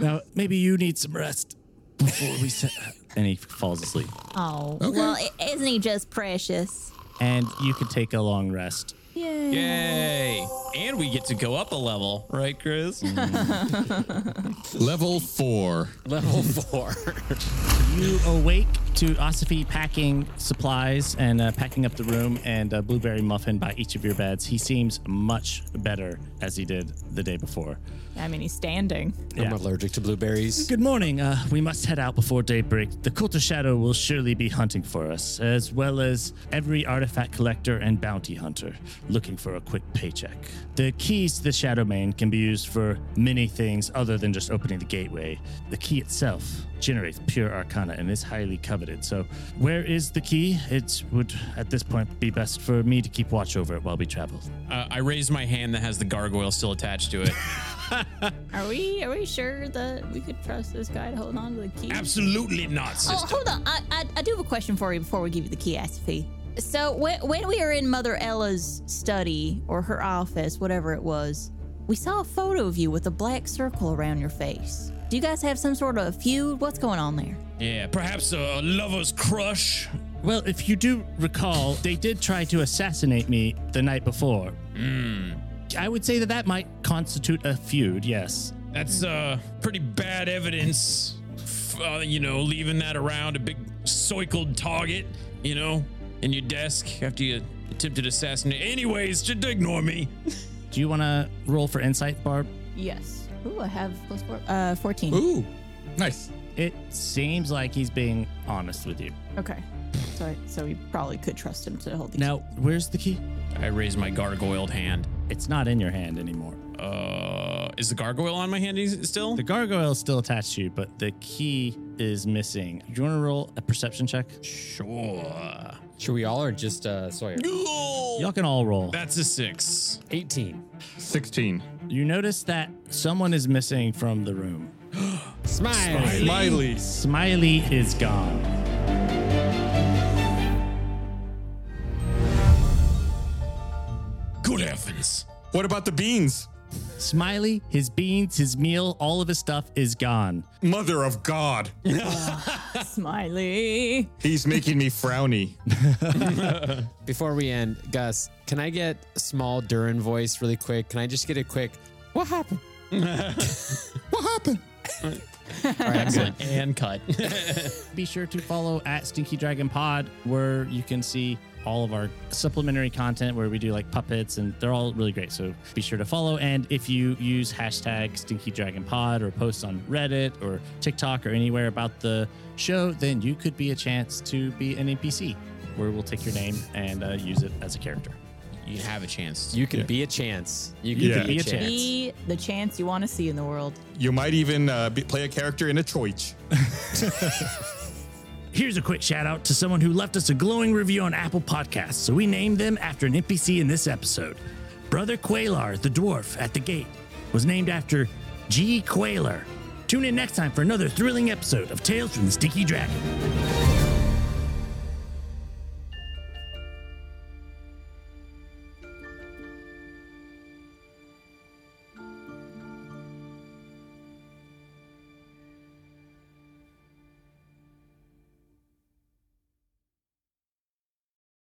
G: Now, maybe you need some rest before we set.
B: <laughs> And he falls asleep.
E: Oh, well, i- isn't he just precious?
B: And you could take a long rest.
M: Yay! And we get to go up a level, right, Chris?
F: Level four.
H: Level four.
B: You awake to Ossifi packing supplies and uh, packing up the room and a blueberry muffin by each of your beds. He seems much better as he did the day before.
L: I mean, he's standing.
H: I'm allergic to blueberries.
B: Good morning. Uh, we must head out before daybreak. The Cult of Shadow will surely be hunting for us, as well as every artifact collector and bounty hunter looking for a quick paycheck. The keys to the Shadow Main can be used for many things other than just opening the gateway. The key itself generates pure arcana and is highly coveted. So, where is the key? It would, at this point, be best for me to keep watch over it while we travel.
M: Uh, I raise my hand that has the gargoyle still attached
G: <laughs>
M: to it.
L: Are we are we sure that we could trust this guy to hold on to the key?
C: absolutely not,
E: Oh,
C: sister.
E: hold on. I, I, I do have a question for you before we give you the key, Asafy. So, when, when we were in Mother Ella's study or her office, whatever it was, we saw a photo of you with a black circle around your face. Do you guys have some sort of feud? What's going on there?
C: Yeah, perhaps a lover's crush.
B: Well, if you do recall, they did try to assassinate me the night before. I would say that that might constitute a feud, yes.
C: That's uh pretty bad evidence. f- Uh, you know, leaving that around a big soicled target, you know, in your desk after you attempted assassinate. Anyways, just ignore me.
B: Do you want to roll for insight, Barb?
L: Yes. Ooh, I have plus four. Uh, 14.
F: Ooh, nice.
B: It seems like he's being honest with you.
L: Okay. So, I, so we probably could trust him to hold
E: <laughs>
L: the
B: Now, where's the key?
M: I raise my gargoyled hand.
B: It's not in your hand anymore.
M: Uh, is the gargoyle on my hand is- still?
B: The gargoyle is still attached to you, but the key is missing. Do you want to roll a perception check?
M: Sure.
H: Sure, we all are just uh, Sawyer.
B: Y'all can all roll.
M: That's a six.
H: 18.
F: 16.
B: You notice that someone is missing from the room.
H: Smile.
F: Smiley.
B: Smiley is gone.
C: Good heavens.
F: What about the beans?
B: Smiley, his beans, his meal, all of his stuff is gone.
F: Mother of God.
L: Smiley.
F: He's making me frowny.
H: Before we end, Gus, can I get small Durin voice really quick? Can I just get a quick, what happened?
F: What happened?
M: Excellent. <laughs> and cut.
B: Be sure to follow at Stinky Dragon Pod, where you can see all of our supplementary content where we do like puppets and they're all really great. So be sure to follow. And if you use hashtag Stinky Dragon Pod or post on Reddit or TikTok or anywhere about the show, then you could be a chance to be an NPC where we'll take your name and uh, use it as a character.
M: you have a chance.
H: You can be a chance. You can
F: You could
H: be,
B: be
H: a
B: a
H: chance.
B: chance.
L: Be the chance you want to see in the world.
F: You might even uh, be, play a character in a choich.
G: Here's a quick shout out to someone who left us a glowing review on Apple Podcasts, so we named them after an NPC in this episode. Brother Quailar, the dwarf at the gate, was named after G. Quailar. Tune in next time for another thrilling episode of Tales from the Sticky Dragon.